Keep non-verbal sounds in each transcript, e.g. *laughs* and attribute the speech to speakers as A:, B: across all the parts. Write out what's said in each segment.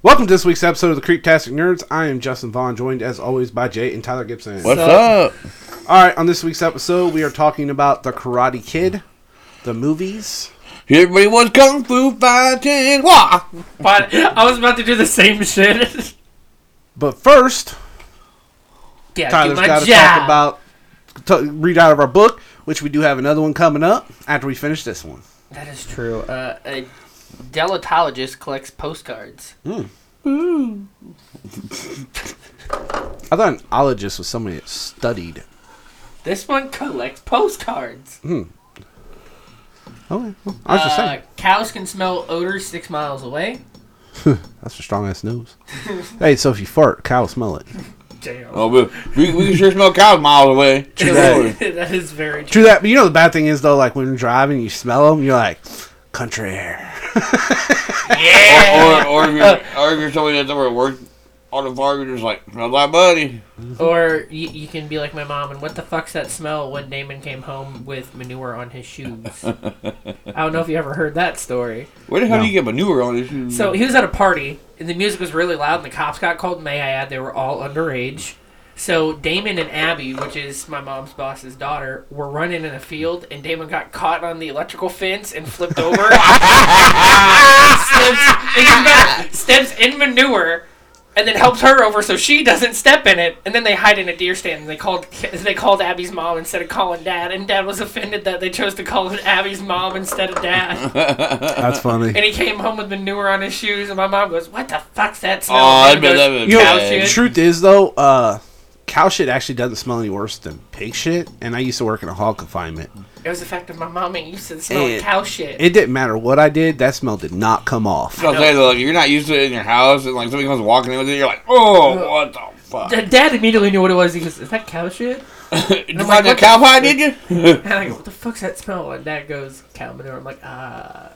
A: Welcome to this week's episode of the Creeptastic Nerds. I am Justin Vaughn, joined as always by Jay and Tyler Gibson.
B: What's up?
C: up?
A: All right, on this week's episode, we are talking about the Karate Kid, the movies.
B: Everybody wants kung fu fighting. Wah!
C: But I was about to do the same shit. *laughs*
A: But first,
C: yeah, do
A: Tyler's
C: my
A: got to
C: job.
A: talk about t- read out of our book, which we do have another one coming up after we finish this one.
C: That is true. Uh, a delatologist collects postcards.
A: I thought an ologist was somebody that studied.
C: This one collects postcards.
A: Okay, well, Oh, I was just
C: Uh,
A: saying
C: cows can smell odors six miles away.
A: that's a strong ass nose. *laughs* hey, so if you fart, cow smell it.
C: Damn. *laughs*
B: Oh, we, we, we can sure smell cows miles *laughs* away. Lord.
C: *laughs* that is
A: *laughs*
C: very true.
A: True that, but you know the bad thing is though, like when you're driving, you smell them, you're like, country air.
B: Or, or, or, if you're, or if you're somebody that's ever worked on a farm, you're just like, smells like buddy.
C: Or you, you can be like my mom, and what the fuck's that smell when Damon came home with manure on his shoes? I don't know if you ever heard that story.
B: Where the hell
A: No.
B: do you get manure on this?
C: So he was at a party, and the music was really loud, and the cops got called. May I add, they were all underage. So Damon and Abby, which is my mom's boss's daughter, were running in a field, and Damon got caught on the electrical fence and flipped over. steps, and he got- steps in manure, and then helps her over so she doesn't step in it. And then they hide in a deer stand. And they called they called Abby's mom instead of calling dad, and dad was offended that they chose to call it Abby's mom instead of dad.
A: That's funny.
C: And he came home with manure on his shoes, and my mom goes, "What the fuck's that smell?"
B: Oh,
C: And
B: I bet
C: goes,
B: that would
A: You
B: be
C: "Cow
A: know,
B: bad.
A: the
C: shit."
A: truth is though, uh, cow shit actually doesn't smell any worse than pig shit. And I used to work in a hog confignment.
C: It was the fact of my mom ain't used to the smell
A: It-
C: of cow shit.
A: It didn't matter what I did; that smell did not come off.
B: So I'm saying, like, you're not used to it in your house, and like somebody comes walking in with it, you're like, oh, what the fuck?
C: D- Dad immediately knew what it was. He goes, "Is that cow shit?"
B: Did you
C: I'm like,
B: find that
C: what
B: cow pie, did you?
C: And I go, "What the fuck's that smell?" And Dad goes, "Cow manure." I'm like, "Ah."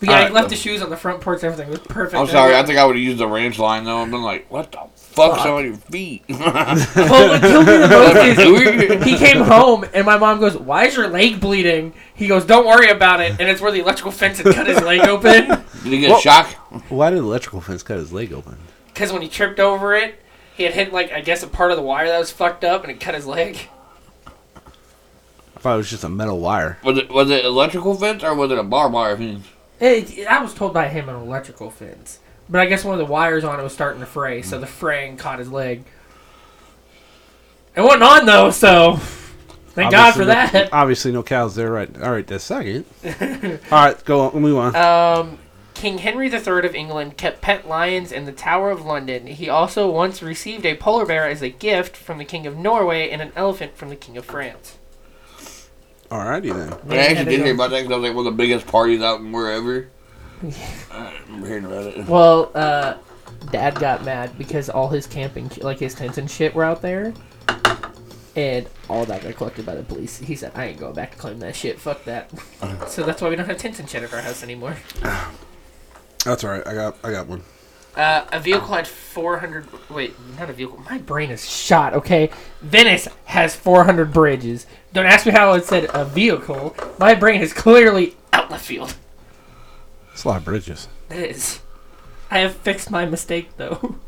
C: But yeah,
B: All
C: he
B: right.
C: left the shoes on the front porch. Everything was perfect.
B: *laughs* I'm sorry, I think I would have used the ranch line though and been like, what the fuck's on your feet? *laughs*
C: Well, what killed me the most is
B: Weird.
C: he came home and my mom goes, "Why is your leg bleeding?" He goes, "Don't worry about it." And it's where the electrical fence had cut his leg open.
B: Did he get
A: Well-
B: a shock?
A: Why did the electrical fence cut his leg open?
C: because when he tripped over it, he had hit like I guess a part of the wire that was fucked up, and it cut his leg.
A: I thought it was just a metal wire.
B: Was it was it electrical fence or was it a barbed wire fence?
C: It, I was told by him an electrical fence, but I guess one of the wires on it was starting to fray, so the fraying caught his leg. It wasn't on though, so thank God for
A: Obviously no-
C: that.
A: Obviously, no cows there right. All right, this
C: *laughs*
A: second. All right, go on. Move on.
C: Um, King Henry III of England kept pet lions in the Tower of London. He also once received a polar bear as a gift from the King of Norway and an elephant from the King of France.
A: All righty then.
B: I actually did hear about that because I was like one of the biggest parties out in wherever. I remember hearing about it.
C: Well, uh, Dad got mad because all his camping, like his tents and shit, were out there, and all that got collected by the police. He said, "I ain't going back to claim that shit. Fuck that." so that's why we don't have tents and shit at our house anymore.
A: That's all right. I got. I got one.
C: Uh, a vehicle had 400. Wait, not a vehicle. My brain is shot. Okay, Venice has 400 bridges. Don't ask me how it said a vehicle. My brain is clearly out left field.
A: It's a lot of bridges.
C: That is. I have fixed my mistake though. *laughs*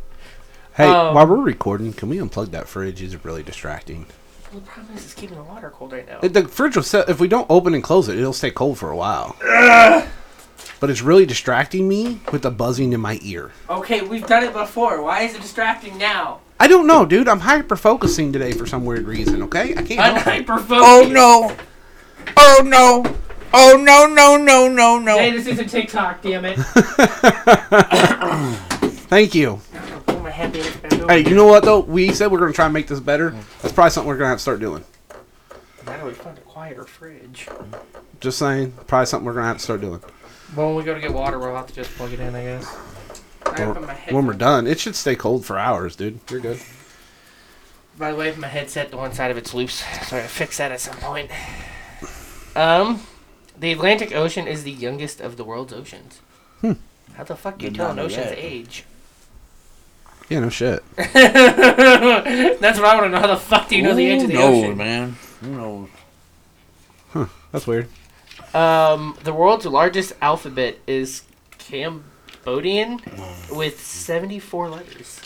A: Hey,
C: Um,
A: while we're recording, can we unplug that fridge? It's really distracting.
C: the problem is it's keeping the water cold right now.
A: It- the fridge will set. If we don't open and close it, it'll stay cold for a while. But it's really distracting me with the buzzing in my ear.
C: Okay, we've done it before. Why is it distracting now?
A: I don't know, dude. I'm hyper focusing today for some weird reason. Okay, I can't. help
C: *laughs*
A: it.
B: Oh no! Oh no! Oh no! No! No! No!
C: Hey,
B: No!
C: this isn't TikTok, damn *laughs* it.
A: Thank you.
C: Put my hand in it, bend over.
A: Hey, you know what though? We said we're gonna try and make this better. That's probably something we're gonna have to start doing.
C: Now we found a quieter fridge.
A: Just saying, probably something we're gonna have to start doing.
C: Well, when we go to get water, we'll have to just plug it in, I guess. I gotta put my head-
A: When we're done, it should stay cold for hours, dude. You're good.
C: By the way, my headset, the one side of it's loose, so I gotta fix that at some point. Um, the Atlantic Ocean is the youngest of the world's oceans. Hmm. How the fuck do you
B: Did
C: tell
B: not
C: an
B: know
C: ocean's
B: that.
C: age? *laughs*
A: Yeah, no shit.
C: That's what I want to know. How the fuck do you know the age of the
B: knows,
C: ocean?
B: man? Who knows?
A: That's weird.
C: Um, the world's largest alphabet is Cam Bodian with 74 letters.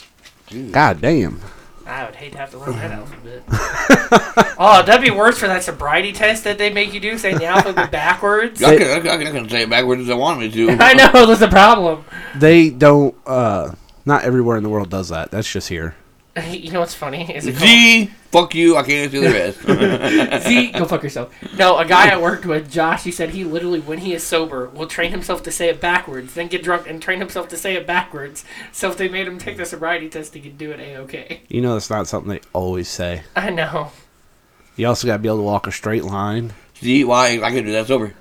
A: God damn.
C: I would hate to have to learn that alphabet. oh, that'd be worse for that sobriety test that they make you do, saying the alphabet backwards.
B: I can, I, can, I can say it backwards as I want me to.
C: *laughs* I know, that's the problem. *laughs*
A: They don't. uh Not everywhere in the world does that. That's just here.
C: You know what's funny? Is it called
B: Z, fuck you, I can't do the *laughs* rest.
C: Z, go fuck yourself. No, a guy I worked with, Josh, he said he literally, when he is sober, will train himself to say it backwards, then get drunk and train himself to say it backwards. So if they made him take the sobriety test, he could do it a okay.
A: You know, that's not something they always say.
C: I know.
A: You also got to be able to walk a straight line.
B: Z, why, I can do that sober.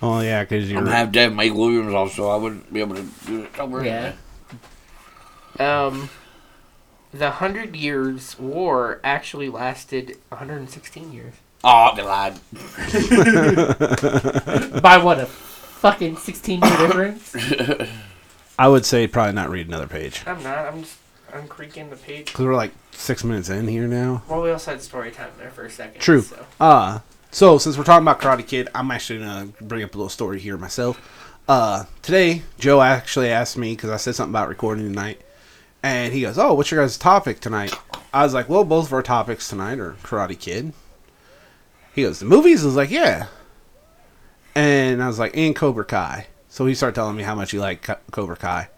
A: Oh yeah, because you're
B: I'm half dead, Mike Williams off, so I wouldn't be able to do it sober.
C: Yeah. Um, the Hundred Years' War actually lasted 116 years.
B: Oh, they lied.
C: By what a fucking 16 year difference.
A: I would say probably not read another page
C: *coughs* I'm not. I'm just. I'm creaking the page.
A: because we're like six minutes in here now.
C: Well, we also had story time there for a second.
A: True.
C: So.
A: Uh so since we're talking about Karate Kid, I'm actually gonna bring up a little story here myself. Uh, today Joe actually asked me because I said something about recording tonight, and he goes, "Oh, what's your guys' topic tonight?" I was like, "Well, both of our topics tonight are Karate Kid." He goes, "The movies?" I was like, "Yeah," and I was like, "And Cobra Kai." So he started telling me how much he liked Co- Cobra Kai,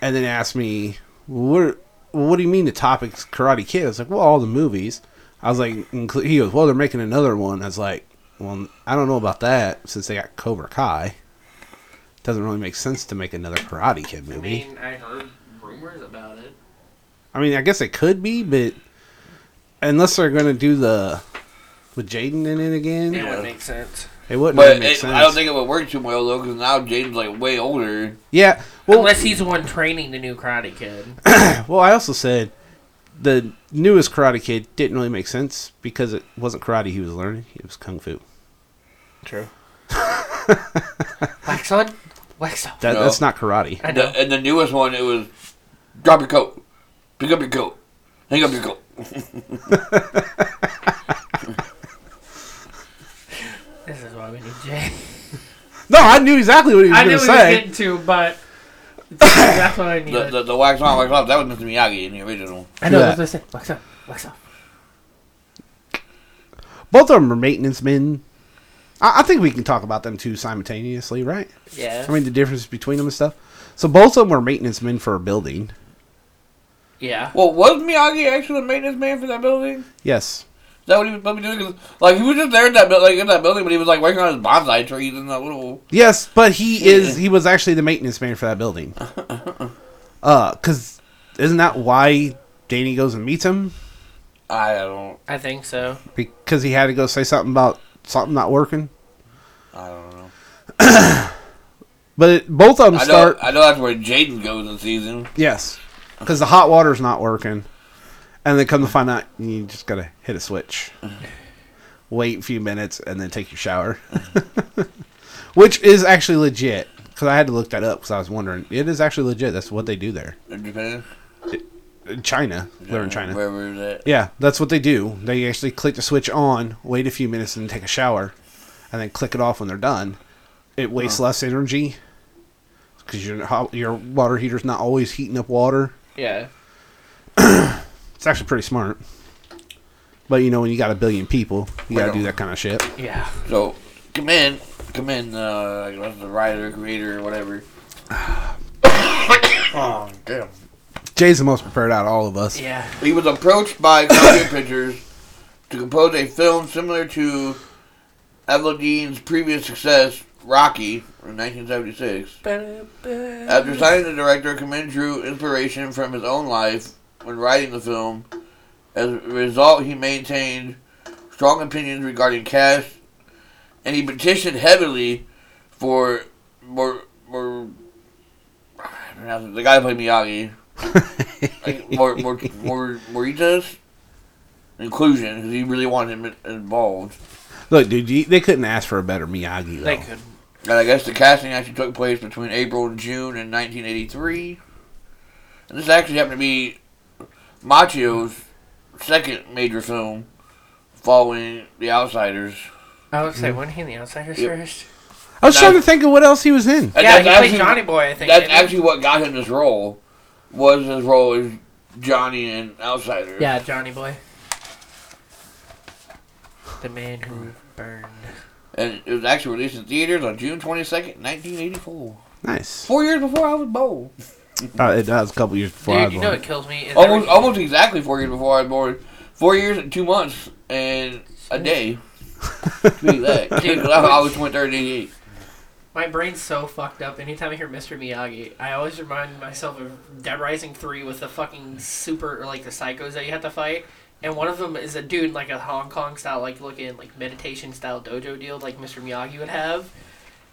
A: and then asked me, "What? What do you mean the topic's Karate Kid?" I was like, "Well, all the movies." I was like, inclu- "He goes, well, they're making another one." I was like, "Well, I don't know about that since they got Cobra Kai. Doesn't really make sense to make another Karate Kid
C: I
A: movie.
C: mean, I heard rumors about it.
A: I mean, I guess it could be, but unless they're going to do the with Jaden in it again,
C: It would make sense.
A: it wouldn't really
B: But
A: make
B: it,
A: sense.
B: I don't think it would work too well, though, because now Jaden's like way older.
A: yeah, well,
C: Unless he's the one training the new Karate *coughs* Kid.
A: Well, I also said the newest Karate Kid didn't really make sense because it wasn't karate he was learning; it was kung fu.
C: True. wax on, wax off.
A: That,
B: No.
A: That's not karate.
C: I
B: The,
C: know.
B: and the newest one, it was drop your coat, pick up your coat, hang up your coat.
C: This is why we need Jay.
A: No, I knew exactly what he was
C: *laughs* I knew
A: going
C: we
A: to
C: was
A: say.
C: getting to, *coughs* but that's what I
B: The,
C: needed.
B: the, the wax on, wax off, that was Mr. Miyagi in the original.
C: I know
A: that.
C: that's what I said. Wax on, wax off.
A: Both of them are maintenance men. I, I think we can talk about them too simultaneously, right?
C: Yeah.
A: I mean, the difference between them and stuff. So both of them were maintenance men for a building.
C: yeah.
B: Well, was Miyagi actually the maintenance man for that building? Is
A: Yes.
B: that what he was supposed to be doing? 'Cause, like, he was just there in that, buil- like, in that building, but he was, like, working on his bonsai trees and that little...
A: Yes, but he is. He was actually the maintenance man for that building. Uh, cause isn't that why Danny goes and meets him?
B: I don't...
C: I think so.
A: because he had to go say something about something not working.
B: I don't know.
A: But it, both of them
B: I know,
A: start
B: I know that's where Jaden goes in season.
A: yes, because the hot water's not working, and then come to find out you just gotta hit a switch, wait a few minutes, and then take your shower, *laughs* which is actually legit. Because I had to look that up because I was wondering. It is actually legit. That's what they do there
B: In Japan?
A: in China. They're in China.
B: Wherever it is at.
A: Yeah, that's what they do. They actually click the switch on, wait a few minutes, and take a shower, and then click it off when they're done. It wastes less energy because your hot- your water heater's not always heating up water.
C: Yeah.
A: It's actually pretty smart. But you know, when you got a billion people, you gotta
B: Well.
A: do that kind of shit.
C: Yeah.
B: So, come in. Come in, uh, I guess the writer, creator,
A: *sighs*
B: or whatever. *coughs* oh, damn.
A: Jay's the most prepared out of all of us.
C: Yeah.
B: He was approached by Columbia *coughs* Pictures to compose a film similar to Eveline's previous success, Rocky, in 1976.
C: Mm-hmm.
B: After signing the director, Kamen drew inspiration from his own life when writing the film. As a result, he maintained strong opinions regarding cast, and he petitioned heavily for more. more the guy who played Miyagi, like, more, more, more, Morita's inclusion, because he really wanted him in- involved.
A: *laughs* Look, dude, you, they couldn't ask for a better Miyagi though.
C: They could.
B: And I guess the casting actually took place between April and June in 1983. And this actually happened to be Machio's second major film following The Outsiders.
C: Oh, Mm-hmm. I would say, wasn't he in the Outsiders
B: Yep.
C: first?
A: I was
B: No.
A: trying to think of what else he was in.
B: And
C: yeah,
B: that's
C: he played
B: actually-
C: Johnny Boy, I think.
B: That's
C: didn't he?
B: actually what got him this role. Was his role as Johnny and Outsider?
C: Yeah, Johnny Boy. The man who burned.
B: And it was actually released in theaters on June twenty second, nineteen eighty four.
A: Nice.
B: Four years before I was born.
A: Uh, it, that was a couple years before I
C: Dude,
A: was
C: you
A: born.
C: know it kills me. Is
B: Almost,
C: every-
B: almost exactly four years before I was born. Four years and two months and a day. to be exact. 'Cause I, I was twenty third eighty eight.
C: My brain's so fucked up. Anytime I hear Mr. Miyagi, I always remind myself of Dead Rising 3 with the fucking super, or like the psychos that you have to fight. And one of them is a dude in like a Hong Kong style, like looking, like meditation style dojo deal, like Mr. Miyagi would have.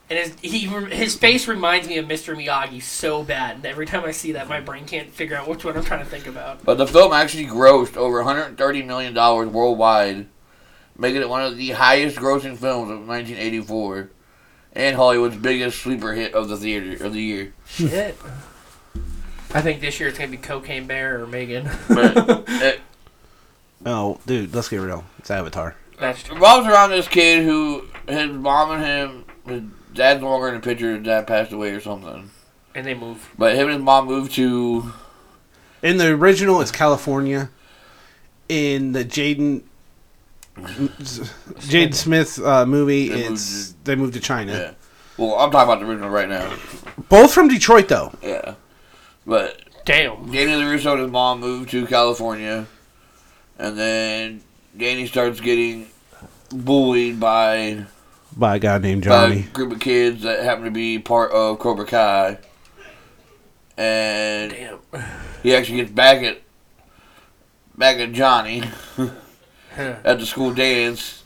C: And his, he, his face reminds me of Mr. Miyagi so bad. And every time I see that, my brain can't figure out which one I'm trying to think about.
B: But the film actually grossed over 130 million dollars worldwide, making it one of the highest-grossing films of 1984, and Hollywood's biggest sleeper hit of the theater of the year.
C: Shit. I think this year it's going to be Cocaine Bear or Megan.
B: But uh, it
A: Oh, dude, let's get real. It's Avatar.
C: That's true.
B: revolves around this kid who his mom and him, his dad's no longer in the picture. His dad passed away or something.
C: And they move.
B: But him and his mom moved to
A: In the original, it's California. In the Jaden Jaden Smith uh, movie,
B: They moved
A: it's they moved to China.
B: yeah. Well, I'm talking about the original right now.
A: Both from Detroit, though.
B: Yeah. But
C: Damn.
B: Danny LaRusso and his mom moved to California, and then Danny starts getting bullied by,
A: By a guy named
B: by a
A: Johnny. *laughs*
B: group of kids that happen to be part of Cobra Kai. And
C: Damn.
B: he actually gets back at back at Johnny at the school dance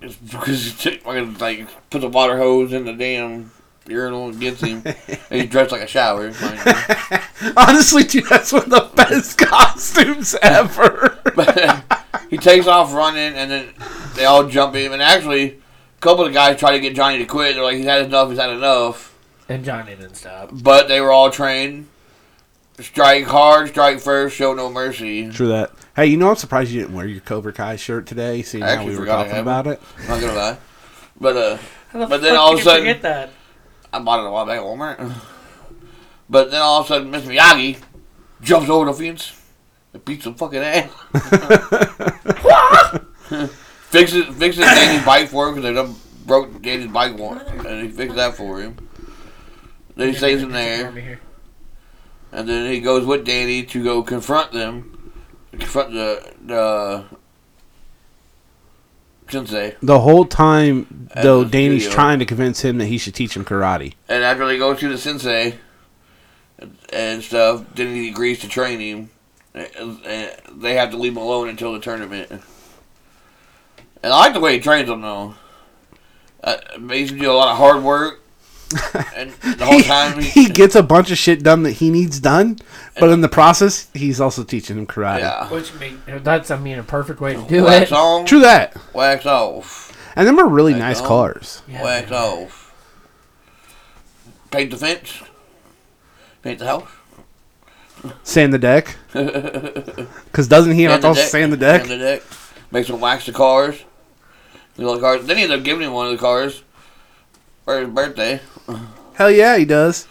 B: it's because he took, fucking, like puts a water hose in the damn urinal and gets him. and he's dressed like a shower. mind you.
A: Honestly, dude, that's one of the best *laughs* costumes ever.
B: *laughs* he takes off running, and then they all jump him. And actually, a couple of guys try to get Johnny to quit. They're like, he's had enough, he's had enough.
C: And Johnny didn't stop.
B: But they were all trained. Strike hard, strike first, show no mercy.
A: True that. Hey, you know I'm surprised you didn't wear your Cobra Kai shirt today, seeing
B: I
A: how
B: actually
A: we were
B: forgot I
A: talking
B: had
A: about it.
B: I'm not gonna lie. But uh,
C: How the
B: But then
C: fuck
B: all
C: did
B: of a
C: you
B: sudden-
C: forget that?
B: I bought it a while back at Walmart. *laughs* But then all of a sudden, Mr. Miyagi jumps over the fence and beats some fucking ass. fixes fixes Danny's bike for him because they done broke Danny's bike one, and he fixed that for him. Then he stays in there, and then he goes with Danny to go confront them, confront the the sensei.
A: *laughs* The whole time,
B: At
A: though,
B: the
A: Danny's
B: studio.
A: trying to convince him that he should teach him karate.
B: And after they go to the sensei and- and stuff, then he agrees to train him. And and they have to leave him alone until the tournament. And I like the way he trains them though. Uh, makes him do a lot of hard
A: *laughs*
B: work. And the whole
A: He,
B: time
A: he *laughs* gets a bunch of shit done that he needs done, but in the process, he's also teaching him karate.
B: yeah,
C: Which make, that's, I mean, a perfect way to do
B: wax
C: it.
B: on,
A: True that.
B: wax off,
A: And them are really nice
B: know.
A: cars.
C: Yeah.
B: wax off. Paint the fence, paint the house.
A: Sand the
B: *laughs*
A: deck. Because doesn't he have to also sand the deck?
B: Sand the deck. Makes him wax the cars. The little cars. Then he ends up giving him one of the cars for his birthday.
A: Hell yeah, he does.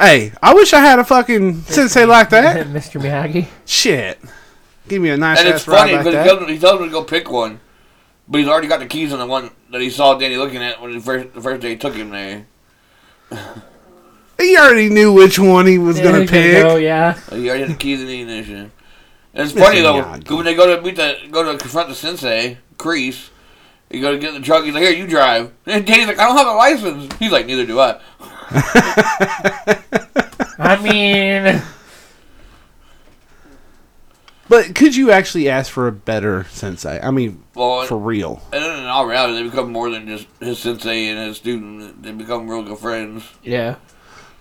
A: Hey, I wish I had a fucking sensei like
C: *laughs*
A: that.
C: Mr. Miyagi.
A: Shit. Give me a nice
B: and
A: ass
B: it's funny
A: ride
B: because
A: like
B: he
A: that.
B: tells, him, he tells him to go pick one, but he's already got the keys on the one that he saw Danny looking at when he first the first day he took him there.
A: He already knew which one he was gonna pick.
C: Oh, yeah.
B: Like, he already had the keys in the ignition. And it's
A: Mr.
B: funny though
A: Miyagi.
B: when they go to meet the go to confront the sensei Crease. You go to get in the truck. He's like, "Here, you drive." And Danny's like, "I don't have a license." He's like, "Neither do I."
C: I mean,
B: *laughs*
A: But could you actually ask for a better sensei? I mean,
B: Well,
A: for real.
B: And then in all reality, they become more than just his sensei and his student. They become real good friends.
C: yeah.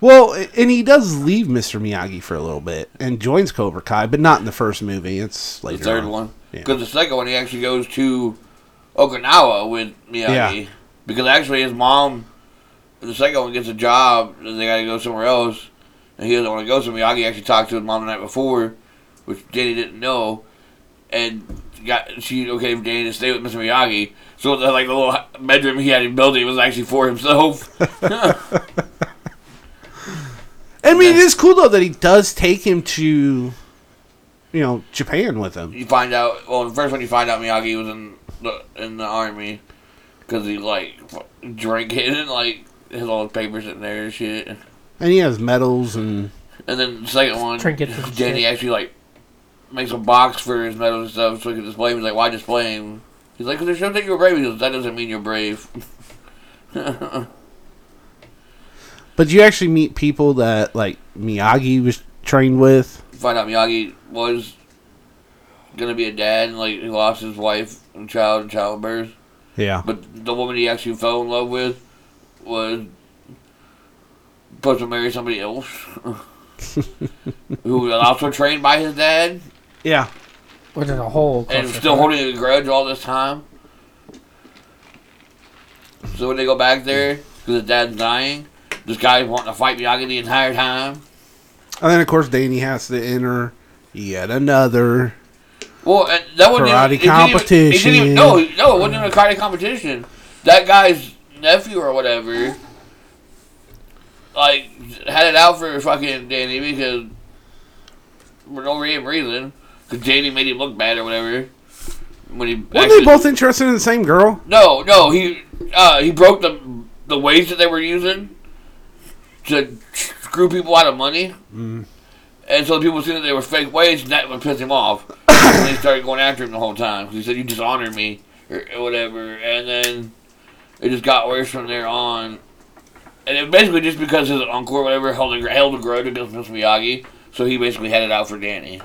A: Well, a- and he does leave Mr. Miyagi for a little bit and joins Cobra Kai, but not in the first movie. It's
B: The
A: later.
B: third
A: on.
B: one,
A: Yeah.
B: because the second one he actually goes to Okinawa with Miyagi,
A: Yeah.
B: because actually his mom, the second one gets a job. and They got to go somewhere else, and he doesn't want to go. So Miyagi actually talked to his mom the night before, which Danny didn't know, and got she okay with Danny to stay with Mr. Miyagi. So the, like the little bedroom he had in building was actually for himself.
A: *laughs*
B: *laughs*
A: I mean, it is cool though that he does take him to, you know, Japan with him.
B: you find out well the first one you find out Miyagi was in the in the army because he like f- drinking *laughs* and like his old papers in there and shit. And
A: And he has medals and
B: then the second one,
C: Trinkets and
B: Danny
C: shit.
B: actually like makes a box for his medals and stuff so he can display him. He's like, why display him? He's like, because there's something you're brave. He goes, that doesn't mean you're brave. *laughs*
A: but you actually meet people that like Miyagi was trained with.
B: find out Miyagi was gonna be a dad and like he lost his wife and child in childbirth.
A: Yeah.
B: But the woman he actually fell in love with was supposed to marry somebody else. *laughs* who was also trained by his dad
A: Yeah.
C: Which is a whole.
B: and
C: clusterfuck.
B: still holding a grudge all this time. So when they go back there, because his dad's dying, this guy's wanting to fight Miyagi the entire time.
A: And then of course Danny has to enter yet another.
B: Well, and that wasn't
A: Karate
B: even, it didn't even- it didn't even-
A: competition.
B: no, no, it wasn't even a karate competition. That guy's nephew or whatever, like, had it out for fucking Danny because for no real reason, because Danny made him look bad or whatever. When he
A: Were
B: actually-
A: they both interested in the same girl?
B: No, no, he uh, he broke the the ways that they were using to screw people out of money, and so people seen that they were fake ways, and that would piss him off. and they started going after him the whole time. 'cause He said, "You dishonor me," or whatever, and then it just got worse from there on. And it basically just because his uncle or whatever held a, held a grudge against Mr. Miyagi, so he basically had it out for Danny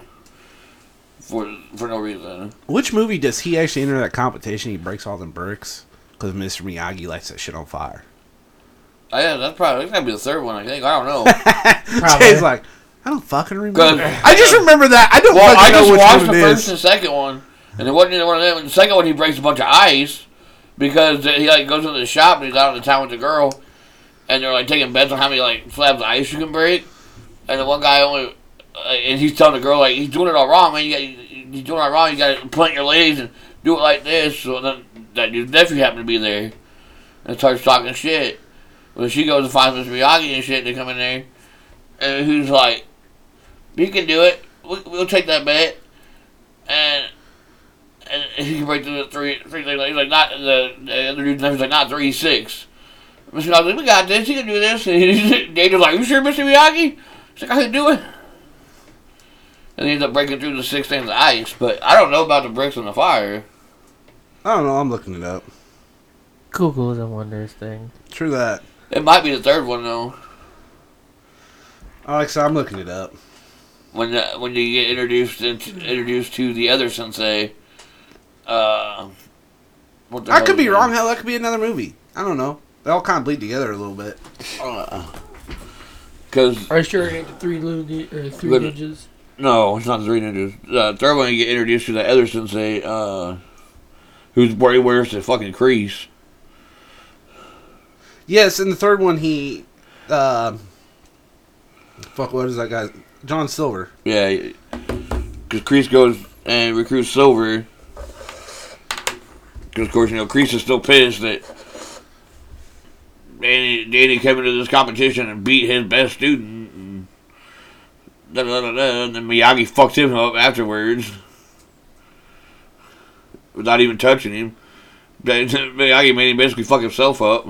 B: for for no reason.
A: Which movie does he actually enter that competition? He breaks all them bricks because Mr. Miyagi lights that shit on fire.
B: Oh, yeah, that's probably that's gotta be the third one. I think I don't know.
C: Probably.
A: Jay's like, I don't fucking remember.
B: 'Cause-
A: I just remember that. *laughs* I don't
B: Well, I
A: fucking
B: just
A: know which
B: watched
A: one
B: the
A: it
B: first
A: is.
B: and second one, and it wasn't either one of them. And the second one, he breaks a bunch of ice because he like goes into the shop and he's out in the town with the girl, and they're like taking bets on how many like slabs of ice you can break. And the one guy only, uh, and he's telling the girl like he's doing it all wrong, man. You got he's doing it all wrong. You got to plant your legs and do it like this. So then that dude's nephew happened to be there, and starts talking shit. When she goes and finds Mr. Miyagi and shit, they come in there, and he's like, "You can do it. We, we'll take that bet." and and he breaks the three three things. He's like not the, the other dude's numbers like not three six. Mr. Miyagi's like, we got this. He can do this. *laughs* And he's, Daniel's like, you sure, Mr. Miyagi? He's like, I can do it. And he ends up breaking through the six things of ice. But I don't know about the bricks and the fire.
A: I don't know. I'm looking it up.
C: Google's a wondrous thing.
A: True that.
B: It might be the third one though.
A: Alexa, I'm looking it up.
B: When the, when you get introduced into, introduced to the other sensei. Uh, what the
A: I
B: hell
A: could
B: is
A: be
B: it?
A: wrong. Hell, that could be another movie. I don't know. They all kind of bleed together a little bit.
B: Because
C: Are you sure it ain't three lugi or three
B: Good.
C: ninjas?
B: No, it's not the three ninjas. The third one you get introduced to the other sensei, uh, who's way worse than fucking Crease.
A: Yes, in the third one, he. Uh, fuck, what is that guy? John Silver.
B: Yeah, because Crease goes and recruits Silver. Because of course you know Crease is still pissed that Danny Danny came into this competition and beat his best student. And, da, da, da, da, and then Miyagi fucked him up afterwards without even touching him. Dan- *laughs* Miyagi made him basically fuck himself up.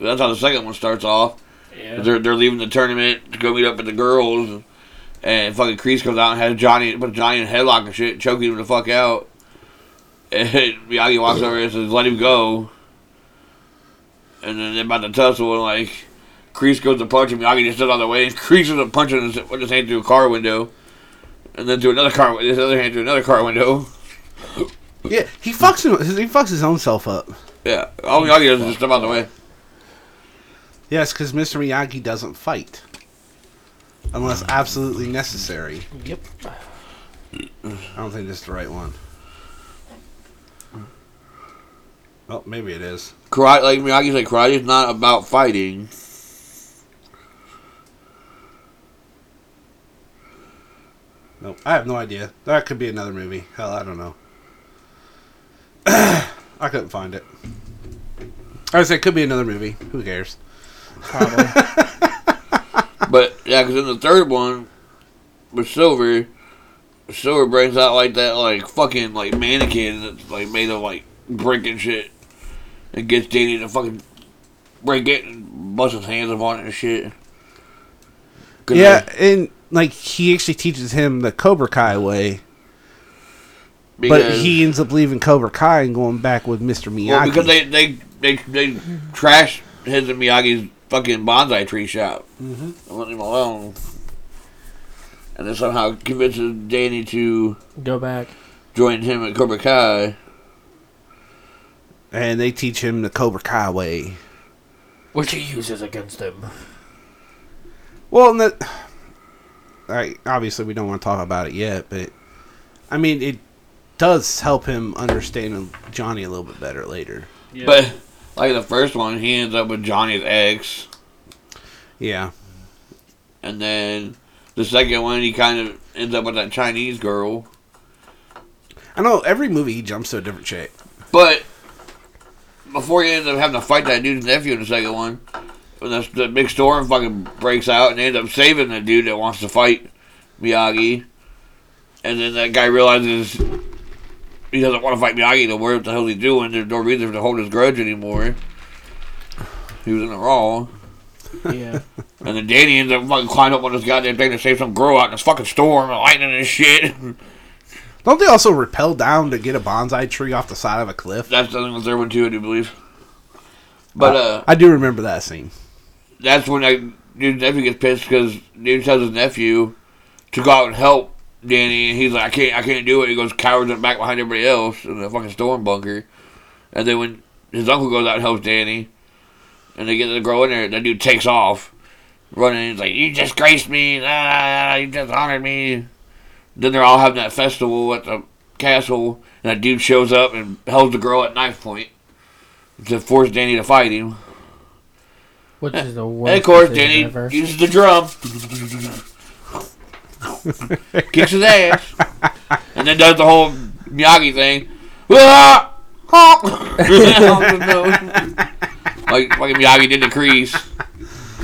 B: That's how the second one starts off.
C: Yeah.
B: They're they're leaving the tournament to go meet up with the girls, and fucking Kreese comes out and has Johnny put Johnny in a headlock and shit, choking him the fuck out. And *laughs* Miyagi walks over and says, "Let him go." And then they're about to tussle and like Kreese goes to punch him. Miyagi just stood on the way. And Kreese is punching his, with his hand through a car window, and then through another car, with his other hand through another car window.
A: Yeah, he fucks him. He fucks his own self up.
B: Yeah, all Miyagi does is just step out the way.
A: Yes, because Mr. Miyagi doesn't fight unless absolutely necessary.
C: Yep.
A: I don't think this is the right one. Well, Oh, maybe it is.
B: Karate, like Miyagi said, karate is not about fighting.
A: Nope. I have no idea. That could be another movie. Hell, I don't know. *clears throat* I couldn't find it. I said it could be another movie. Who cares?
D: Probably.
B: But yeah, because in the third one, with Silver, Silver brings out like that like fucking like mannequin that's like made of like brick and shit, and gets Danny to fucking break it and bust his hands upon it and shit. 'Cause,
A: Yeah,
B: like,
A: and like he actually teaches him the Cobra Kai way, but
B: because-
A: he ends up leaving Cobra Kai and going back with Mr. Miyagi.
B: well, because they they they they trashed his and Miyagi's fucking bonsai tree shop. Mm-hmm. And let him alone, and then somehow convinces Danny to
D: Go back.
B: join him at Cobra Kai.
A: and they teach him the Cobra Kai way.
D: Which he uses against him.
A: Well, and that, I, obviously we don't want to talk about it yet, but I mean it does help him understand Johnny a little bit better later.
C: Yeah.
B: But like the first one, he ends up with Johnny's ex,
A: Yeah,
B: and then the second one, he kind of ends up with that Chinese girl.
A: I know every movie he jumps to a different chick.
B: But before he ends up having to fight that dude's nephew in the second one, when the, the big storm fucking breaks out, and they end up saving the dude that wants to fight Miyagi, and then that guy realizes he doesn't want to fight Miyagi. No more. What the hell's he doing? There's no reason to hold his grudge anymore. He was in the wrong.
D: Yeah.
B: And then Danny ends up fucking climbing up on this goddamn thing to save some girl out in this fucking storm and lightning and shit. *laughs*
A: Don't they also rappel down to get a bonsai tree off the side of a cliff?
B: That's the thing with third one too, I do believe. But uh,
A: I do remember that scene.
B: that's when that dude's nephew gets pissed because dude tells his nephew to go out and help Danny, and he's like, "I can't, I can't do it." He goes cowers up back behind everybody else in the fucking storm bunker. And then when his uncle goes out and helps Danny, and they get the girl in there, that dude takes off running. He's like, "You disgraced me! Ah, you dishonored me!" Then they're all having that festival at the castle, and that dude shows up and holds the girl at knife point to force Danny to fight him.
D: Which is the worst.
B: And of course,
D: decision
B: Danny
D: ever.
B: uses the drum, kicks his ass, and then does the whole Miyagi thing. *laughs* Ah! Ah! like fucking Miyagi did the crease.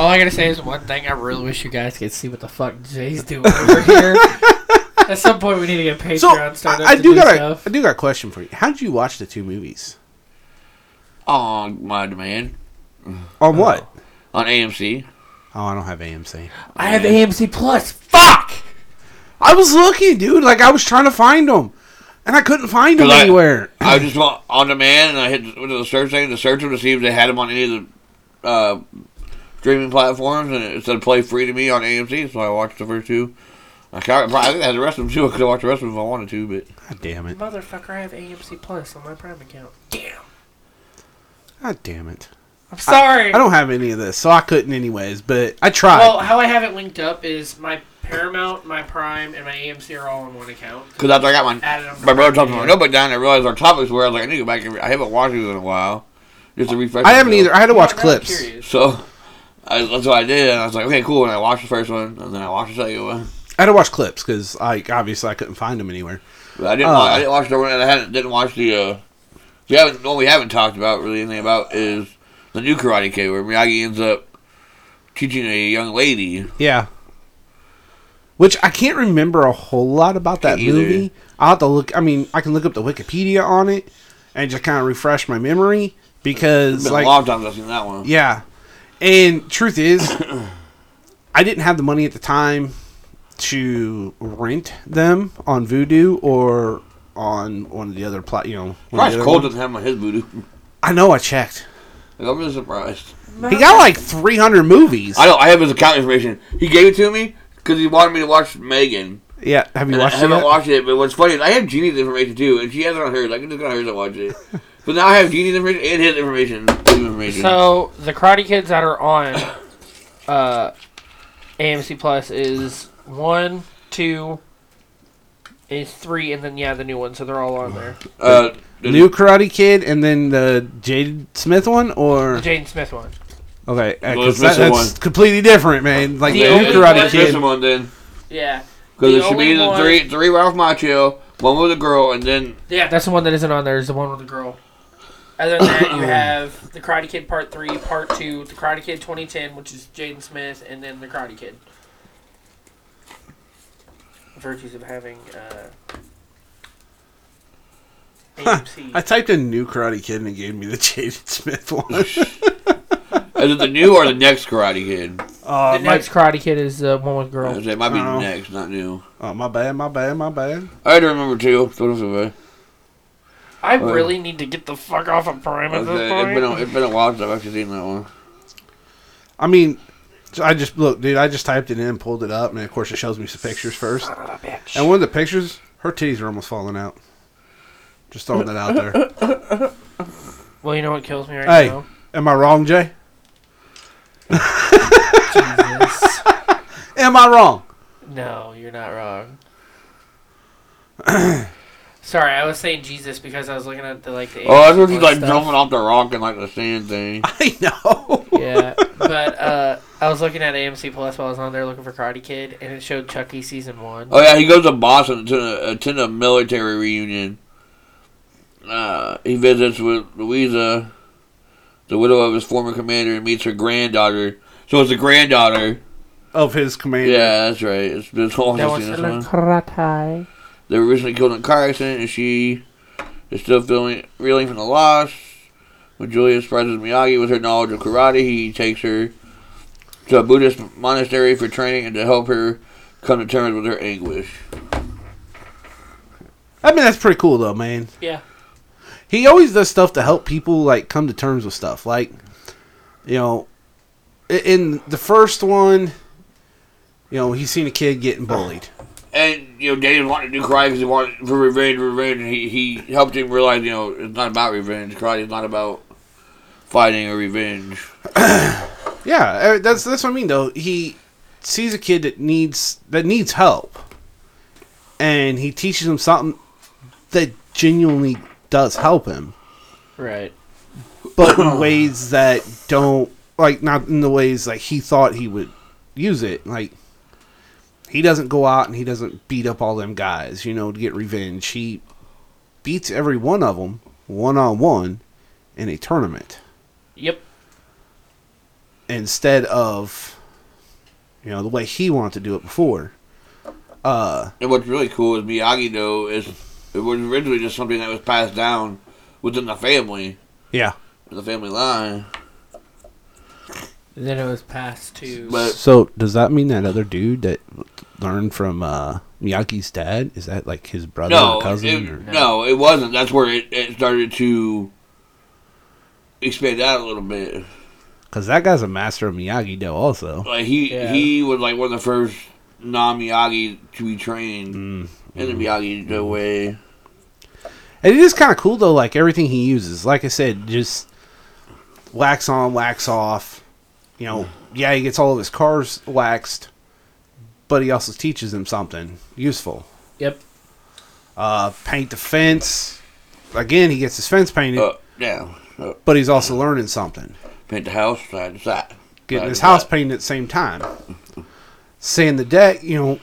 C: All I gotta say is one thing. I really wish you guys could see what the fuck Jay's doing
A: *laughs*
C: over here. At some point, we need to get Patreon
A: So
C: started.
A: I, I do got a, I do got a question for you. How did you watch the two movies?
B: on my demand
A: On what?
B: on AMC.
A: Oh, I don't have AMC.
D: I have AMC Plus.
C: Fuck!
A: I was looking, dude. Like I was trying to find them, and I couldn't find them
B: Cause I-
A: anywhere.
B: I just went on demand and I hit went to the search thing to search them to see if they had them on any of the uh, streaming platforms, and it said play free to me on AMC, so I watched the first two. I can't, I think I had the rest of them too. I could have watched the rest of them if I wanted to, but
A: God damn it!
C: Motherfucker, I have AMC Plus on my Prime account. Damn.
A: God damn it!
C: I'm sorry.
A: I don't have any of this, so I couldn't anyways. But I tried.
C: Well, how I have it linked up is my Paramount, my Prime, and my AMC are all in one account.
B: because after I got my
C: Added them.
B: my brother talked to my notebook down, I realized our topics were. I was like, I need to go back. And re- I haven't watched these in a while, just to refresh.
A: I haven't
B: myself.
A: either. I had to
C: Well,
A: watch
C: now I'm
A: clips.
C: curious.
B: So I, that's what I did, and I was like, okay, cool. And I watched the first one, and then I watched the second one.
A: I had to watch clips because I obviously I couldn't find them anywhere.
B: But I didn't.
A: Uh.
B: wa- I didn't watch the one, and I hadn't, didn't watch the. Uh, we haven't. One we haven't talked about really anything about is the new Karate Kid, where Miyagi ends up teaching a young lady.
A: Yeah. Which I can't remember a whole lot about that
B: Can't either.
A: movie. I'll have to look. I mean, I can look up the Wikipedia on it and just kind of refresh my memory
B: It's
A: because,
B: been
A: like,
B: a long time since I've seen that one.
A: Yeah. And truth is, *coughs* I didn't have the money at the time to rent them on Voodoo or on one of the other plat. You know, one of
B: Bryce
A: the other
B: Cole
A: ones.
B: doesn't have my his voodoo. *laughs*
A: I know. I checked.
B: Like, I'm really surprised.
A: He got like 300 movies.
B: I know. I have his account information. He gave it to me because he wanted me to watch Megan.
A: yeah. Have you
B: And I
A: watched it?
B: haven't
A: yet?
B: watched it, but what's funny is I have Jeannie's information too, and she has it on hers. I can just go on hers and
A: *laughs*
B: watch it. but now I have Jeannie's information and his information. Two information.
D: So the Karate Kids that are on *coughs* uh, AMC Plus is one, two, is three, and then yeah, the new one. So they're all on there.
B: uh, the-
A: New Karate Kid and then the Jade Smith one
D: The
A: or
D: Jaden Smith one.
A: okay, uh,
B: Well,
A: 'cause
B: it's
A: that-
B: missing
A: that's completely different, man. Like the
C: The
A: New
C: only
B: Let's
A: Karate
C: one-
B: miss
A: Kid.
B: him on then.
C: Yeah.
B: Because
C: The
B: it should be
C: only
B: the
C: one-
B: three three Ralph Macchio, one with a girl, and then *laughs*
C: Yeah,
D: That's the one that isn't on there. Is the one with the girl.
C: Other than that, you *coughs* have The Karate Kid Part 3, Part 2, The Karate Kid 2010, which is Jaden Smith, and then The Karate Kid. Virtues of having uh, AMC.
A: I typed in new Karate Kid and it gave me the *laughs* Jaden Smith
B: *laughs*
A: one.
B: is it the new or the next Karate Kid?
A: Uh,
C: The
A: my,
D: Mike's Karate Kid is the one with
B: I
D: girl.
B: was gonna say, It might be
A: Oh.
B: next, not new.
A: oh, my bad, my bad, my bad.
B: I had to remember two. So don't feel bad.
C: I really need to get the fuck off of Prime at
B: Okay,
C: this
B: It's been
C: point.
B: a, it's been a while since I've actually seen that one.
A: I mean, so I just look, dude. I just typed it in, pulled it up, and of course it shows me some pictures first.
C: Son of a bitch.
A: And one of the pictures, her titties are almost falling out. Just throwing that out there.
D: Well, you know what kills me right
A: Hey.
B: *laughs*
D: now?
A: Am I wrong, Jay?
D: Jesus.
A: Am I wrong? *laughs*
D: no, you're not
B: *clears throat*
D: wrong.
C: Sorry, I was saying Jesus because I was looking at the like the.
B: Oh, that's when she's
C: AMC
B: like
C: stuff.
B: jumping off the rock and like the sand thing.
A: I know.
B: *laughs*
D: Yeah, but uh, I was looking at AMC Plus while I was on there looking for Karate Kid, and it showed Chucky season one.
B: Oh yeah, he goes to Boston to attend a military reunion. Uh, he visits with Louisa, the widow of his former commander, and meets her granddaughter. So it's the granddaughter.
A: Of his command.
B: Yeah, that's right. It's been so long
D: That
B: since I've seen
D: was
B: this
D: Le
B: one.
D: Karate.
B: They were recently killed in a car accident, and she is still feeling reeling from the loss. When Julia surprises Miyagi with her knowledge of karate, he takes her to a Buddhist monastery for training and to help her come to terms with her anguish.
A: I mean, that's pretty cool though, man.
C: Yeah.
A: He always does stuff to help people like come to terms with stuff. Like, you know, i- in the first one, you know, he's seen a kid getting bullied.
B: And you know, Daniel wanted to do karate because he wanted for revenge, revenge. And he he helped him realize you know it's not about revenge. Karate is not about fighting or revenge.
A: Yeah, uh, that's that's what I mean though. He sees a kid that needs that needs help, and he teaches him something that genuinely does help him,
D: Right.
A: but in ways that don't like not in the ways like he thought he would use it. Like he doesn't go out and he doesn't beat up all them guys, you know, to get revenge. He beats every one of them one on one in a tournament.
D: Yep.
A: instead of you know the way he wanted to do it before. Uh,
B: And what's really cool is Miyagi Do is it was originally just something that was passed down within the family,
A: yeah.
B: the family line.
D: And then it was passed to.
B: But
A: So does that mean that other dude that learned from uh, Miyagi's dad is that like his brother
B: no,
A: or cousin?
B: it,
A: or?
B: no, it wasn't. That's where it, it started to expand out a little bit.
A: Because that guy's a master of Miyagi Do also.
B: Like he
D: Yeah.
B: he was like one of the first non Miyagi to be trained
A: Mm.
B: in the Miyagi Do way.
A: And it is kind of cool though, like everything he uses. Like I said, just wax on, wax off. You know, yeah, he gets all of his cars waxed, but he also teaches him something useful.
D: Yep.
A: uh, paint the fence. Again, he gets his fence painted,
B: Uh, yeah, uh,
A: but he's also learning something.
B: paint the house side to side.
A: Getting
B: Side
A: his
B: to
A: house
B: side.
A: painted at the same time. Sand the deck, you know,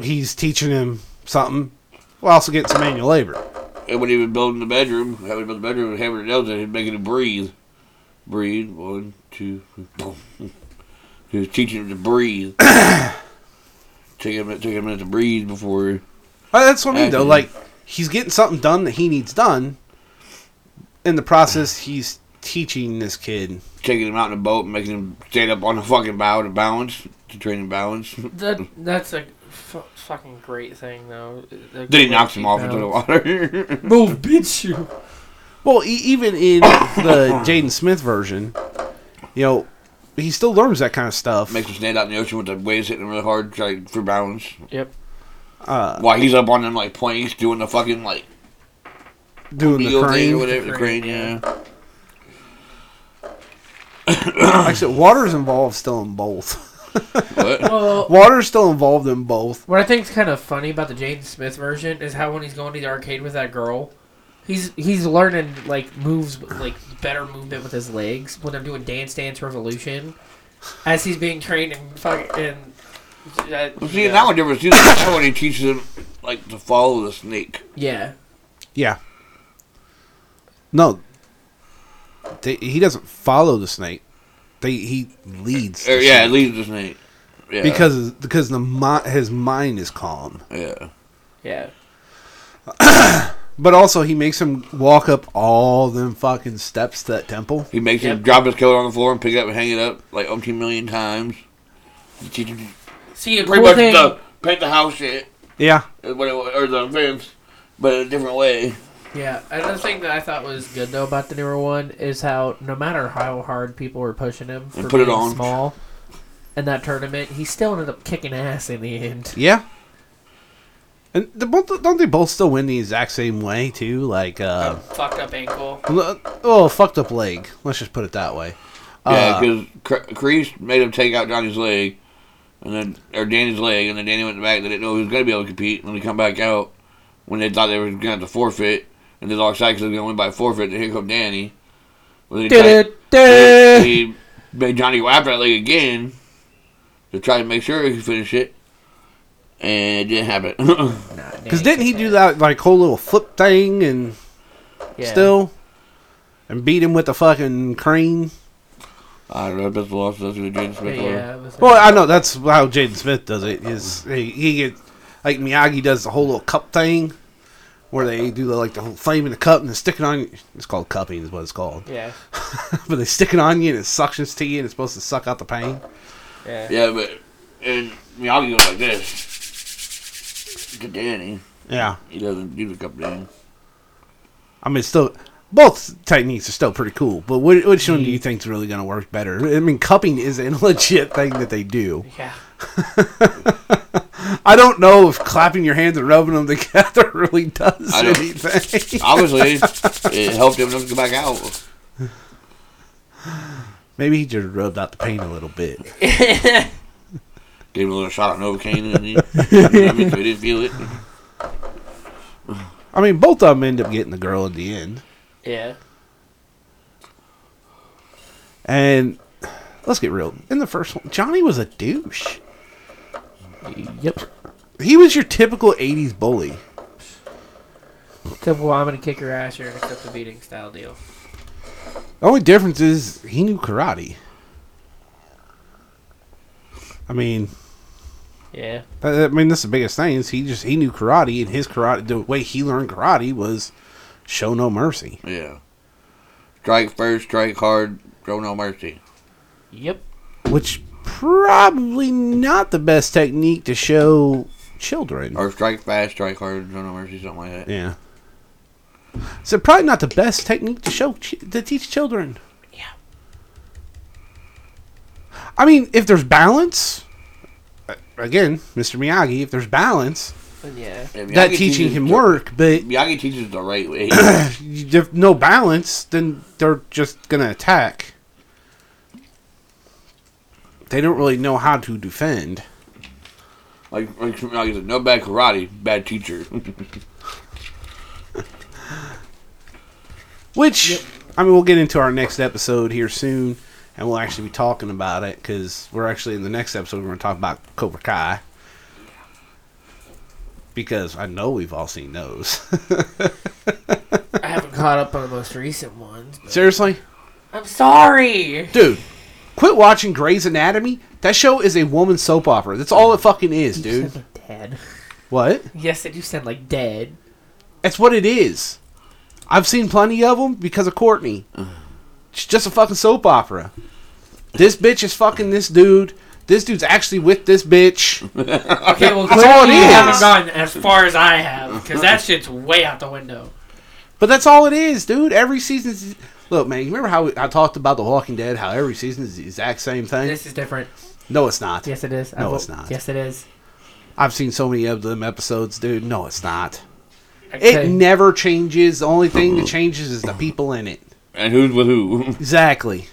A: he's teaching him something while also getting some manual labor.
B: And when he was building the bedroom, how he built the bedroom, and hammered the nails in, he was making it breathe. Breathe. One, two, three, boom. He was teaching him to breathe. *coughs* take him, take him a minute to breathe before.
A: Uh, That's what I mean, though.
B: Mhm.
A: Like, he's getting something done that he needs done. In the process, he's teaching this kid.
B: taking him out in a boat and making him stand up on the fucking bow to balance, to train him balance.
D: That that's a f- fucking great thing though. Then
B: then he knocks him off into the water. *laughs*
D: Move, bitch! You.
A: Well, e- even in
B: *coughs*
A: the Jaden Smith version, you know, he still learns that kind of stuff.
B: Makes him stand out in the ocean with the waves hitting him really hard, trying for balance.
D: Yep.
A: Uh,
B: While he's up on them like planks, doing the fucking like
A: doing the
B: wheel thing or
A: crane.
B: whatever, the crane, yeah.
A: Actually, water's involved still in both. *laughs*
B: What?
D: Well,
A: Water's still involved in both.
D: what I think's kind of funny about the Jaden Smith version is how when he's going to the arcade with that girl, he's he's learning like moves, with, like better movement with his legs when they're doing Dance Dance Revolution, as he's being trained in fucking in
C: Uh,
B: Well, see, now I never *coughs* see that when he teaches him like to follow the snake.
D: Yeah.
A: Yeah. No. They, he doesn't follow the snake. They he leads.
B: Or,
A: the
B: Uh, yeah,
A: snake.
B: leaves the snake. Yeah.
A: because because the mi- his mind is calm.
B: yeah.
D: Yeah.
A: But also he makes him walk up all them fucking steps to that temple.
B: He makes him
D: Yep.
B: drop his killer on the floor and pick it up and hang it up like umpteen million times. He teaches him
C: see, a
B: pretty
C: cool
B: much
C: thing.
B: the paint the house shit
A: Yeah.
B: is what it wa- or the fence, but in a different way.
D: Yeah. Another thing that I thought was good though about the newer one is how no matter how hard people were pushing him for
B: put it
D: being
B: on.
D: small in that tournament, he still ended up kicking ass in the end.
A: Yeah. And the both don't they both still win the exact same way too? Like uh
C: Fucked up ankle.
A: l- oh fucked up leg. Let's just put it that way.
B: Yeah,
A: Uh,
B: because Kreese made him take out Johnny's leg, and then or Danny's leg, and then Danny went back. They didn't know he was going to be able to compete. When he come back out, when they thought they were going to have to forfeit, and they all excited because they were going to win by forfeit. And here come Danny. Well, he, tried-
D: Did it.
B: he made Johnny go after that leg again to try to make sure he could finish it, and it didn't happen. *laughs*
A: Because didn't he do that like whole little flip thing and
D: Yeah.
A: still and beat him with the fucking crane?
B: I don't know if that's the loss. That's what Jaden
D: Yeah,
B: Smith
D: yeah, it was
A: Well, I know that's how Jaden Smith does it. Is he, he get like Miyagi does the whole little cup thing, where they do the, like the whole flame in the cup and then stick it on. you. It's called cupping, is what it's called.
D: yeah,
A: *laughs* but they stick it on you and it suctions to you and it's supposed to suck out the pain.
D: yeah,
B: Yeah, but and Miyagi goes like this to Danny.
A: Yeah,
B: He doesn't do the cup down.
A: I mean, still both techniques are still pretty cool. But which, which
D: Mm-hmm.
A: one do you think's really gonna work better? I mean, cupping is a *laughs* legit thing that they do.
D: yeah.
A: I don't know if clapping your hands and rubbing them *laughs* together really does
B: I don't-
A: anything. *laughs*
B: Obviously, it helped him not to go back out.
A: Maybe he just rubbed out the pain a little bit.
B: Gave him a little shot of Novocaine, and he, you know what I mean, so he didn't feel it.
A: I mean, both of them end up getting the girl at the end.
D: yeah.
A: And let's get real. In the first one, Johnny was a douche.
D: Yep.
A: He was your typical 80s bully.
D: Except, well, I'm gonna kick your ass. You're gonna accept the beating style deal.
A: The only difference is he knew karate. I mean,
D: Yeah.
A: I I mean that's the biggest thing is he just he knew karate and his karate the way he learned karate was show no mercy.
B: Yeah. Strike first, strike hard, throw no mercy.
D: Yep.
A: which probably not the best technique to show children.
B: Or strike fast, strike hard, throw no mercy, something like that.
A: yeah. So probably not the best technique to show chi- to teach children.
D: Yeah.
A: I mean, if there's balance, uh, again, Mr. Miyagi, if there's balance,
D: And yeah.
B: And
A: that
B: Miyagi
A: teaching
B: teaches
A: him
B: the-
A: work, but
B: Miyagi teaches the right way.
A: if no balance, then they're just gonna attack. They don't really know how to defend.
B: *coughs* like, like Miyagi said, no bad karate, bad teacher. *laughs*
A: Which I mean, we'll get into our next episode here soon, and we'll actually be talking about it because we're actually in the next episode we're going to talk about Cobra Kai because I know we've all seen those. *laughs*
D: I haven't caught up on the most recent ones. but-
A: Seriously,
C: I'm sorry.
A: dude, quit watching Grey's Anatomy. That show is a woman's soap opera. That's all it fucking is,
D: You
A: dude.
C: *laughs*
D: sound like dead.
A: What?
D: Yes, I do sound like dead.
A: That's what it is. I've seen plenty of them because of Courtney. It's just a fucking soap opera. This bitch is fucking this dude. This dude's actually with this bitch.
C: Okay, well,
A: That's all it
C: clearly you
A: is.
C: haven't gone as far as I have because that shit's way out the window.
A: But that's all it is, dude. Every season's look, man. You remember how I talked about The Walking Dead? How every season is the exact same thing?
D: This is different.
A: no, it's not.
D: Yes, it is. I
A: No,
D: will-
A: it's not.
D: Yes, it is.
A: I've seen so many of them episodes, dude. No, it's not.
D: Okay.
A: It never changes. The only thing that changes is the people in it.
B: and who's with who? *laughs*
A: Exactly.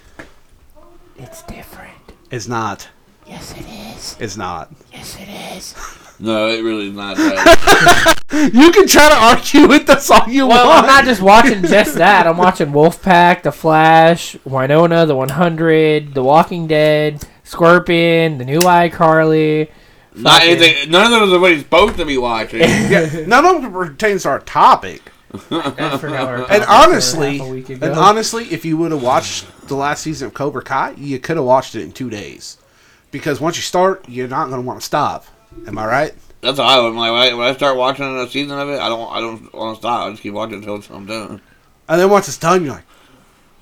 D: It's different.
A: It's not.
D: Yes, it is.
A: It's not.
D: Yes, it is.
B: no, it really is not
A: *laughs*
B: that.
A: You can try to argue with us all you
D: Well,
A: want.
D: I'm not just watching just
A: *laughs*
D: that. I'm watching Wolfpack, The Flash, Winona, The 100, The Walking Dead, Scorpion, The New iCarly,
B: Not
E: Fucking-
B: anything. None of those are what he's supposed to be watching.
A: Yeah, none of them pertains to our topic.
E: I forgot our
A: And
E: podcast
A: honestly,
E: was half a week
A: and
E: ago.
A: honestly, if you would have watched the last season of Cobra Kai, you could have watched it in two days, because once you start, you're not going to want to stop. Am I right?
B: That's how I am. Like when I, when I start watching a season of it, I don't I don't want to stop. I just keep watching until it's- I'm done.
A: And then once it's done, you're like,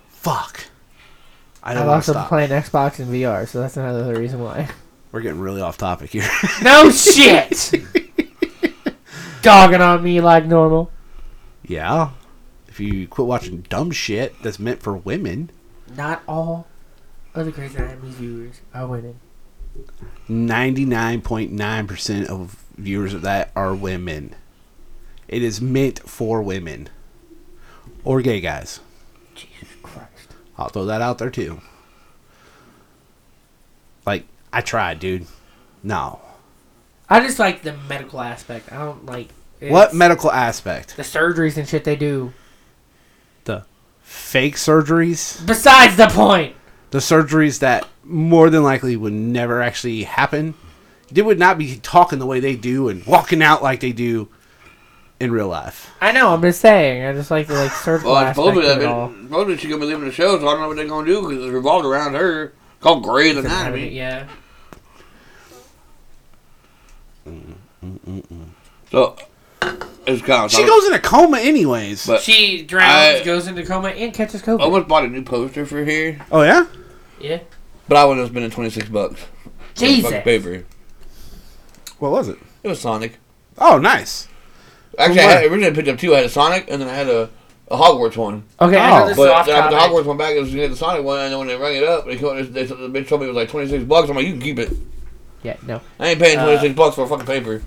A: "Fuck, I
C: I
A: don't want
C: lost
A: to
C: them
A: stop."
C: playing Xbox and VR, so that's another reason why.
A: We're getting really off topic here. *laughs*
E: no shit.
C: *laughs* Dogging on me like normal.
A: yeah, if you quit watching dumb shit that's meant for women,
E: Not all.
C: Other Grey's Anatomy viewers are winning.
A: ninety nine point nine percent of viewers of that are women. It is meant for women or gay guys.
C: Christ.
A: I'll throw that out there too. Like, I tried, dude. No.
C: I just like the medical aspect. I don't like it's
A: what medical aspect?
C: the surgeries and shit they do.
A: The fake surgeries?
C: Besides the point.
A: The surgeries that more than likely would never actually happen. They would not be talking the way they do and walking out like they do in real life.
C: I know. I'm just saying. I just like the like surgical
B: Well, it's
C: aspect
B: supposed
C: of
B: to
C: it
B: be
C: all.
B: supposed to be she gonna be leaving the show, so I don't know what they're gonna do because it's revolved around her. It's called Grey's Anatomy.
C: Yeah.
B: So it's kind of.
A: She goes in a coma, anyways.
B: But
E: She drowns,
B: I-
E: goes
C: In
E: into.
C: the coma and catches
B: I
C: COVID.
B: almost bought a new poster for here,
A: oh, yeah?
E: Yeah.
B: but I wouldn't have spent twenty six bucks. for the fucking
C: Jesus.
B: paper.
A: What was it?
B: It was Sonic.
A: Oh, nice.
B: Actually, I
A: where?
B: had, originally picked up two. I had a Sonic, and then I had a, a Hogwarts one.
C: Okay. I know
A: Oh.
C: this is
B: But
C: off
B: then I put the
C: topic.
B: Hogwarts one back. It was gonna get the Sonic one, and then when they rang it up, they, called- they, they, the bitch told me it was like twenty six bucks. I'm like, you can keep it.
C: Yeah. No.
B: I ain't
C: Uh,
B: paying twenty six bucks for a fucking paper.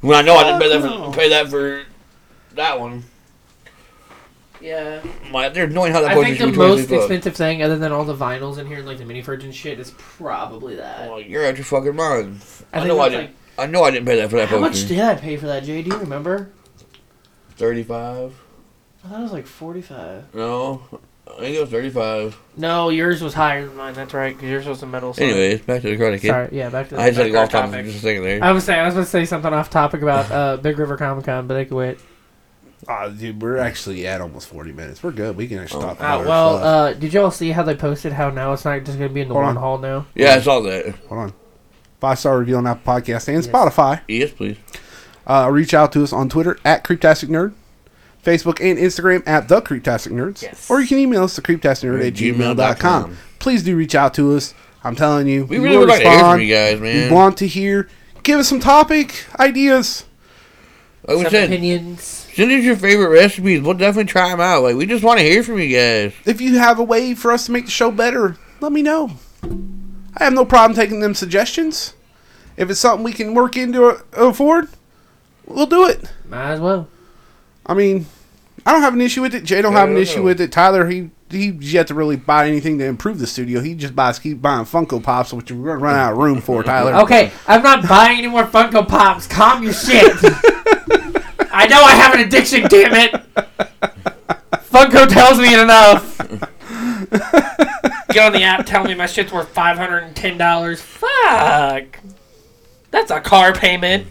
B: When I know I didn't pay that for
A: Oh.
B: pay that for that one.
E: Yeah.
B: My, they're annoying how that
C: I
B: poster
C: think
B: should
C: the
B: be twenty
C: most
B: six bucks.
C: expensive thing, other than all the vinyls in here, like the mini fridge and shit, is probably that.
B: I'm like, You're out your fucking mind. I,
C: think
B: know I
C: that's,
B: didn't. I know I didn't pay that for that
C: How much
B: poster.
C: did I pay for that, Jay? Do you remember?
B: Thirty five.
C: I thought it was like forty-five.
B: No, I think it was thirty five.
E: No, yours was higher than mine. That's right, because yours was a metal. Song.
B: Anyways, back to the Karate Kid.
C: Sorry, yeah, back to the.
B: I just had to go off
E: back on
B: topic
E: topic.
B: just a second there.
C: I was saying I was going to say something off topic about uh, Big River Comic Con, but I could wait.
A: Oh, dude, we're actually at almost 40 minutes. We're good. We can actually
B: Oh.
A: talk
C: Uh,
A: about
C: well,
A: stuff.
C: uh, did y'all see how they posted how now it's not just going to be in the
A: Hold
C: one
A: on.
C: hall now?
B: yeah, I saw that.
A: Hold on. Five star review on Apple Podcast and
C: uh, Yes.
A: Spotify.
B: Yes, please.
A: Uh, reach out to us on Twitter at Creeptastic Nerd, Facebook and Instagram at The Creeptastic Nerds.
E: Yes.
A: Or you can email us at creeptasticnerd at
B: gmail.com.
A: gmail.com. Please do reach out to us. I'm telling you,
B: We really would like to hear from you guys, man.
A: We want to hear. Give us some topic ideas.
B: like we
E: Some
B: said,
E: opinions.
B: send us your favorite recipes. We'll definitely try them out. Like we just want to hear from you guys.
A: If you have a way for us to make the show better, let me know. I have no problem taking them suggestions. If it's something we can work into uh, afford, we'll do it.
C: Might as well.
A: I mean, I don't have an issue with it. Jay don't have an
B: Yeah, I
A: issue
B: know.
A: with it. Tyler, he he's yet to really buy anything to improve the studio. He just buys keep buying Funko Pops, which we're gonna run out of room for, Tyler.
C: Okay, I'm not buying any more Funko Pops. Calm
E: *laughs*
C: your shit. I know I have an addiction, damn it. Funko tells me enough.
E: Get on the app. Tell me my shit's worth five hundred and ten dollars. Fuck. That's a car payment.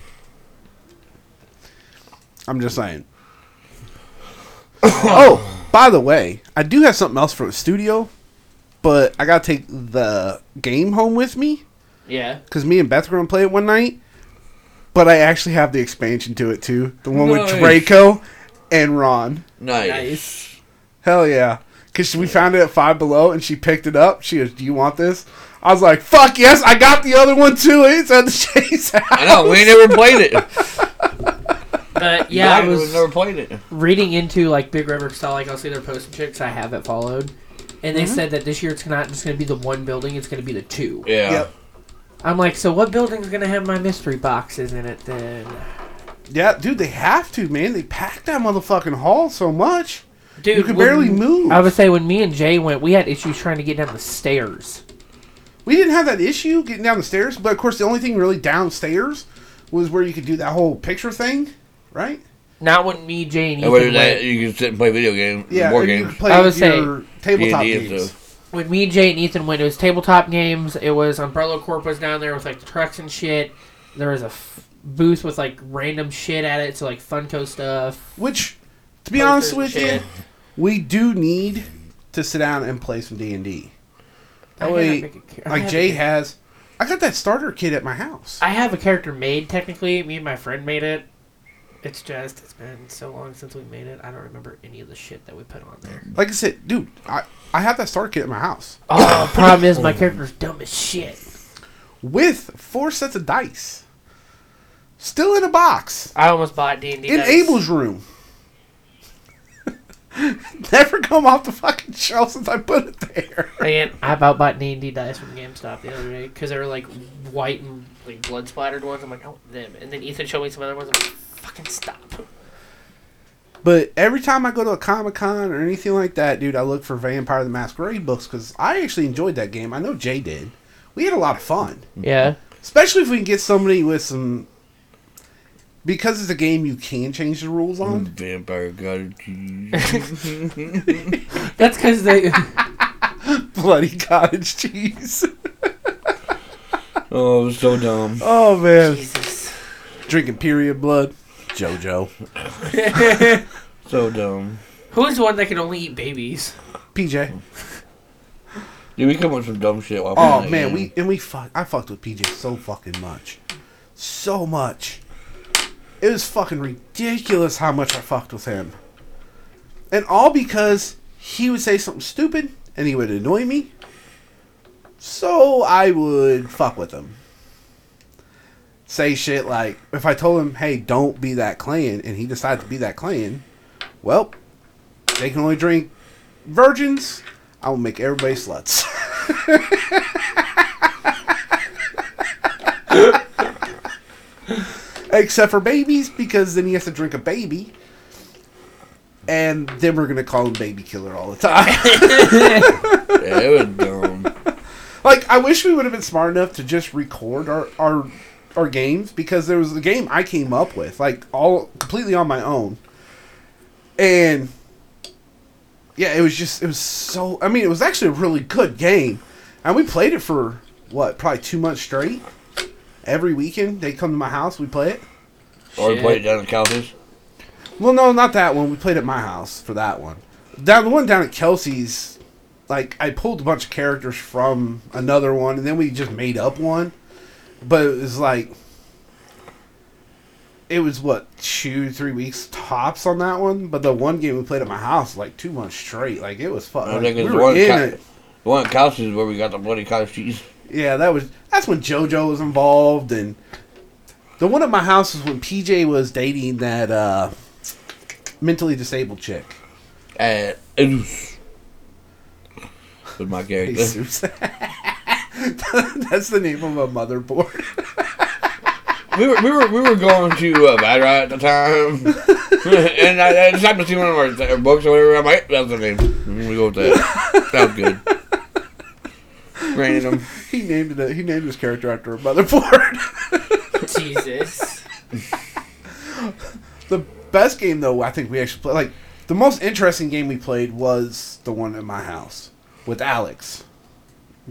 A: I'm just saying. *coughs* oh, by the way, I do have something else for the studio, but I gotta take the game home with me
E: Yeah.
A: because me and Beth are gonna play it one night. But I actually have the expansion to it too, the one
B: Nice.
A: with Draco and Ron.
B: Nice.
E: Nice.
A: Hell yeah. Because we found it at Five Below and she picked it up. She goes, Do you want this? I was like, Fuck yes, I got the other one too. It's at the *laughs* Chase house.
B: I know we ain't never played
C: *laughs*
B: it.
C: But yeah, I
B: Glad we've
C: was
B: never played it.
C: reading into like Big River because I like I'll see their posts and shit 'cause I have it followed. And they
E: Mm-hmm.
C: said that this year it's not just going to be the one building; it's going to be the two.
B: Yeah.
A: Yep.
C: I'm like, so what building's going to have my mystery boxes in it then?
A: Yeah, dude, they have to, man. They packed that motherfucking hall so much.
E: Dude,
A: you could barely
E: when-
A: move.
C: I would say when me and Jay went, we had issues trying to get down the stairs.
A: we didn't have that issue getting down the stairs. But of course, the only thing really downstairs was where you could do that whole picture thing, right?
C: Not when me, Jay, and
B: And
C: Ethan
B: whether
C: went.
B: that you can sit and play video games,
A: Yeah,
B: board
A: and you
B: games.
A: could play
C: I would
A: your tabletop
B: D&D and
A: games.
B: stuff.
C: when me, Jay, and Ethan went, it was tabletop games. It was Umbrella Corp was down there with like the trucks and shit.
F: there was a f- booth with like random shit at it, so like Funko stuff.
A: Which, to be honest
F: posters
A: with
F: and
A: you,
F: shit.
A: we do need to sit down and play some D and D. That
F: I
A: way,
F: have a- I
A: like
F: have
A: Jay
F: a-
A: has, I got that starter kit at my house.
F: I have a character made technically. Me and my friend made it. It's just it's been so long since we made it. I don't remember any of the shit that we put on there.
A: Like I said, dude, I I have that starter kit at my house
F: *coughs* Oh, problem is my character's dumb as shit.
A: with four sets of dice, still in a box
D: I almost bought D and D.
A: in Abel's room. *laughs* Never come off the fucking shelf since I put it there.
F: Man, I about bought D and D dice from GameStop the other day because they were like white and like blood splattered ones. I'm like, oh, them. And then Ethan showed me some other ones. I'm like, fucking stop.
A: But every time I go to a Comic Con or anything like that, dude, I look for Vampire the Masquerade books because I actually enjoyed that game. I know Jay did. We had a lot of fun,
F: Yeah.
A: especially if we can get somebody with some. Because it's a game you can change the rules on.
B: Vampire got it.
A: *laughs*
F: That's because they.
A: *laughs* Bloody cottage cheese.
B: oh, it was so dumb.
A: Oh
F: *laughs*
A: man,
F: Jesus.
A: drinking period blood. JoJo,
B: So dumb.
F: Who's the one that can only eat babies?
A: PJ.
B: Dude, we come up with some dumb shit. While
A: Oh
B: playing that
A: man,
B: game.
A: we and we fuck. I fucked with PJ so fucking much, so much. It was fucking ridiculous how much I fucked with him, and all because he would say something stupid and he would annoy me. So I would fuck with him. Say shit like if I told him, "Hey, don't be that clan," and he decided to be that clan. Well, they can only drink virgins. I will make everybody sluts. *laughs* except for babies because then he has to drink a baby and then we're gonna call him baby killer all the time
B: Yeah, it was dumb.
A: *laughs* like i wish we would have been smart enough to just record our our our games because there was a game i came up with like all completely on my own and yeah it was just it was so i mean it was actually a really good game and we played it for what probably two months straight every weekend they come to my house we play it
B: Or we
F: Shit.
B: played it down at Calvin's.
A: Well, no, not that one. We played at my house for that one. Down the one down at Kelsey's, like I pulled a bunch of characters from another one, and then we just made up one. But it was like, it was what two, three weeks tops on that one. But the one game we played at my house, like two months straight, like it was fun.
B: I
A: Like,
B: think
A: we
B: it's
A: were
B: one
A: in
B: ca-
A: it.
B: The one at Calvin's is where we got the bloody cottage cheese.
A: Yeah, that was that's when JoJo was involved, and the one at my house was when PJ was dating that uh, mentally disabled chick.
B: At Edus. With
A: *laughs*
B: my character.
A: Jesus. *laughs* That's the name of a motherboard. *laughs*
B: we were we were we were going to uh, Bad Ride at the
A: *laughs*
B: time, and I, I just happened to see one of our, our books or whatever. I'm like, that's the name. We go with that. Sounds good. Random.
A: he named it. He named his character after a motherboard. *laughs*
F: Jesus.
A: the best game, though, I think we actually played. Like the most interesting game we played was the one at my house with Alex,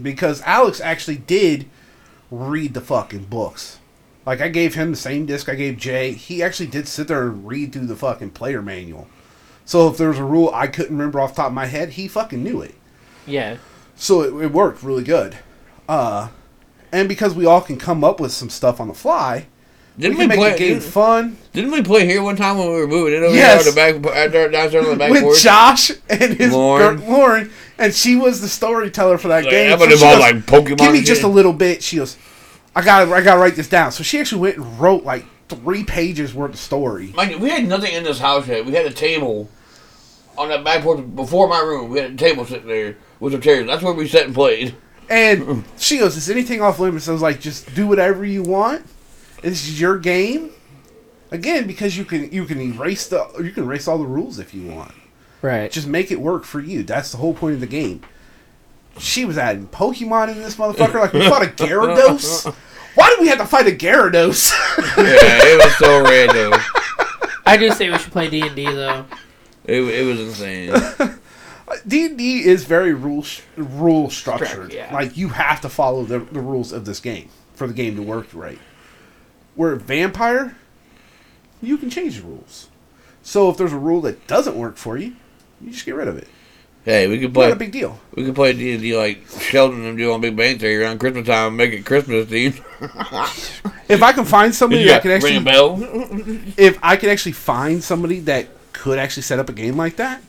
A: because Alex actually did read the fucking books. Like I gave him the same disc I gave Jay. He actually did sit there and read through the fucking player manual. So if there was a rule I couldn't remember off the top of my head, he fucking knew it.
F: Yeah.
A: so it, it worked really good. Uh, and because we all can come up with some stuff on the fly,
B: Didn't
A: we can
B: we,
A: make
B: play?
A: the game
B: didn't,
A: fun
B: didn't we play here one time when we were moving in over
A: Yes.
B: there on the back after downstairs on the back
A: with
B: porch?
A: Josh and his
B: Lauren.
A: Lauren. Lauren, and she was the storyteller for that
B: Like,
A: game.
B: that
A: So
B: would
A: she
B: involve,
A: goes,
B: like, Pokemon
A: Give me
B: shit."
A: just a little bit. She goes, I got, to I got to write this down. So she actually went and wrote like three pages worth of story.
B: Mind you, we had nothing in this house yet. We had a table on that back porch before my room. We had a table sitting there with some chairs. That's where we sat and played.
A: *laughs*
B: *laughs*
A: And she goes, "Is anything off limits?" I was like, "Just do whatever you want. This is your game." Again, because you can you can erase the you can erase all the rules if you want.
F: Right.
A: Just make it work for you. That's the whole point of the game. She was adding Pokemon in this motherfucker. Like we fought a Gyarados. Why did we have to fight a Gyarados? *laughs*
B: Yeah, it was so random.
F: I do say we should play D and D though.
B: It, it was insane.
A: D and D is very rule sh- rule structured.
F: yeah.
A: Like you have to follow the, the rules of this game for the game to work right. Where vampire, you can change the rules. So if there's a rule that doesn't work for you, you just get rid of it.
B: Hey, we
A: Not
B: could play
A: a big deal.
B: we could play D and D like Sheldon and them do on Big Bang Theory around Christmas time, make it Christmas themed.
A: If I can find somebody that can
B: ring a
A: actually,
B: bell.
C: *laughs*
A: if I can actually find somebody that could actually set up a game like
C: *laughs*
A: that,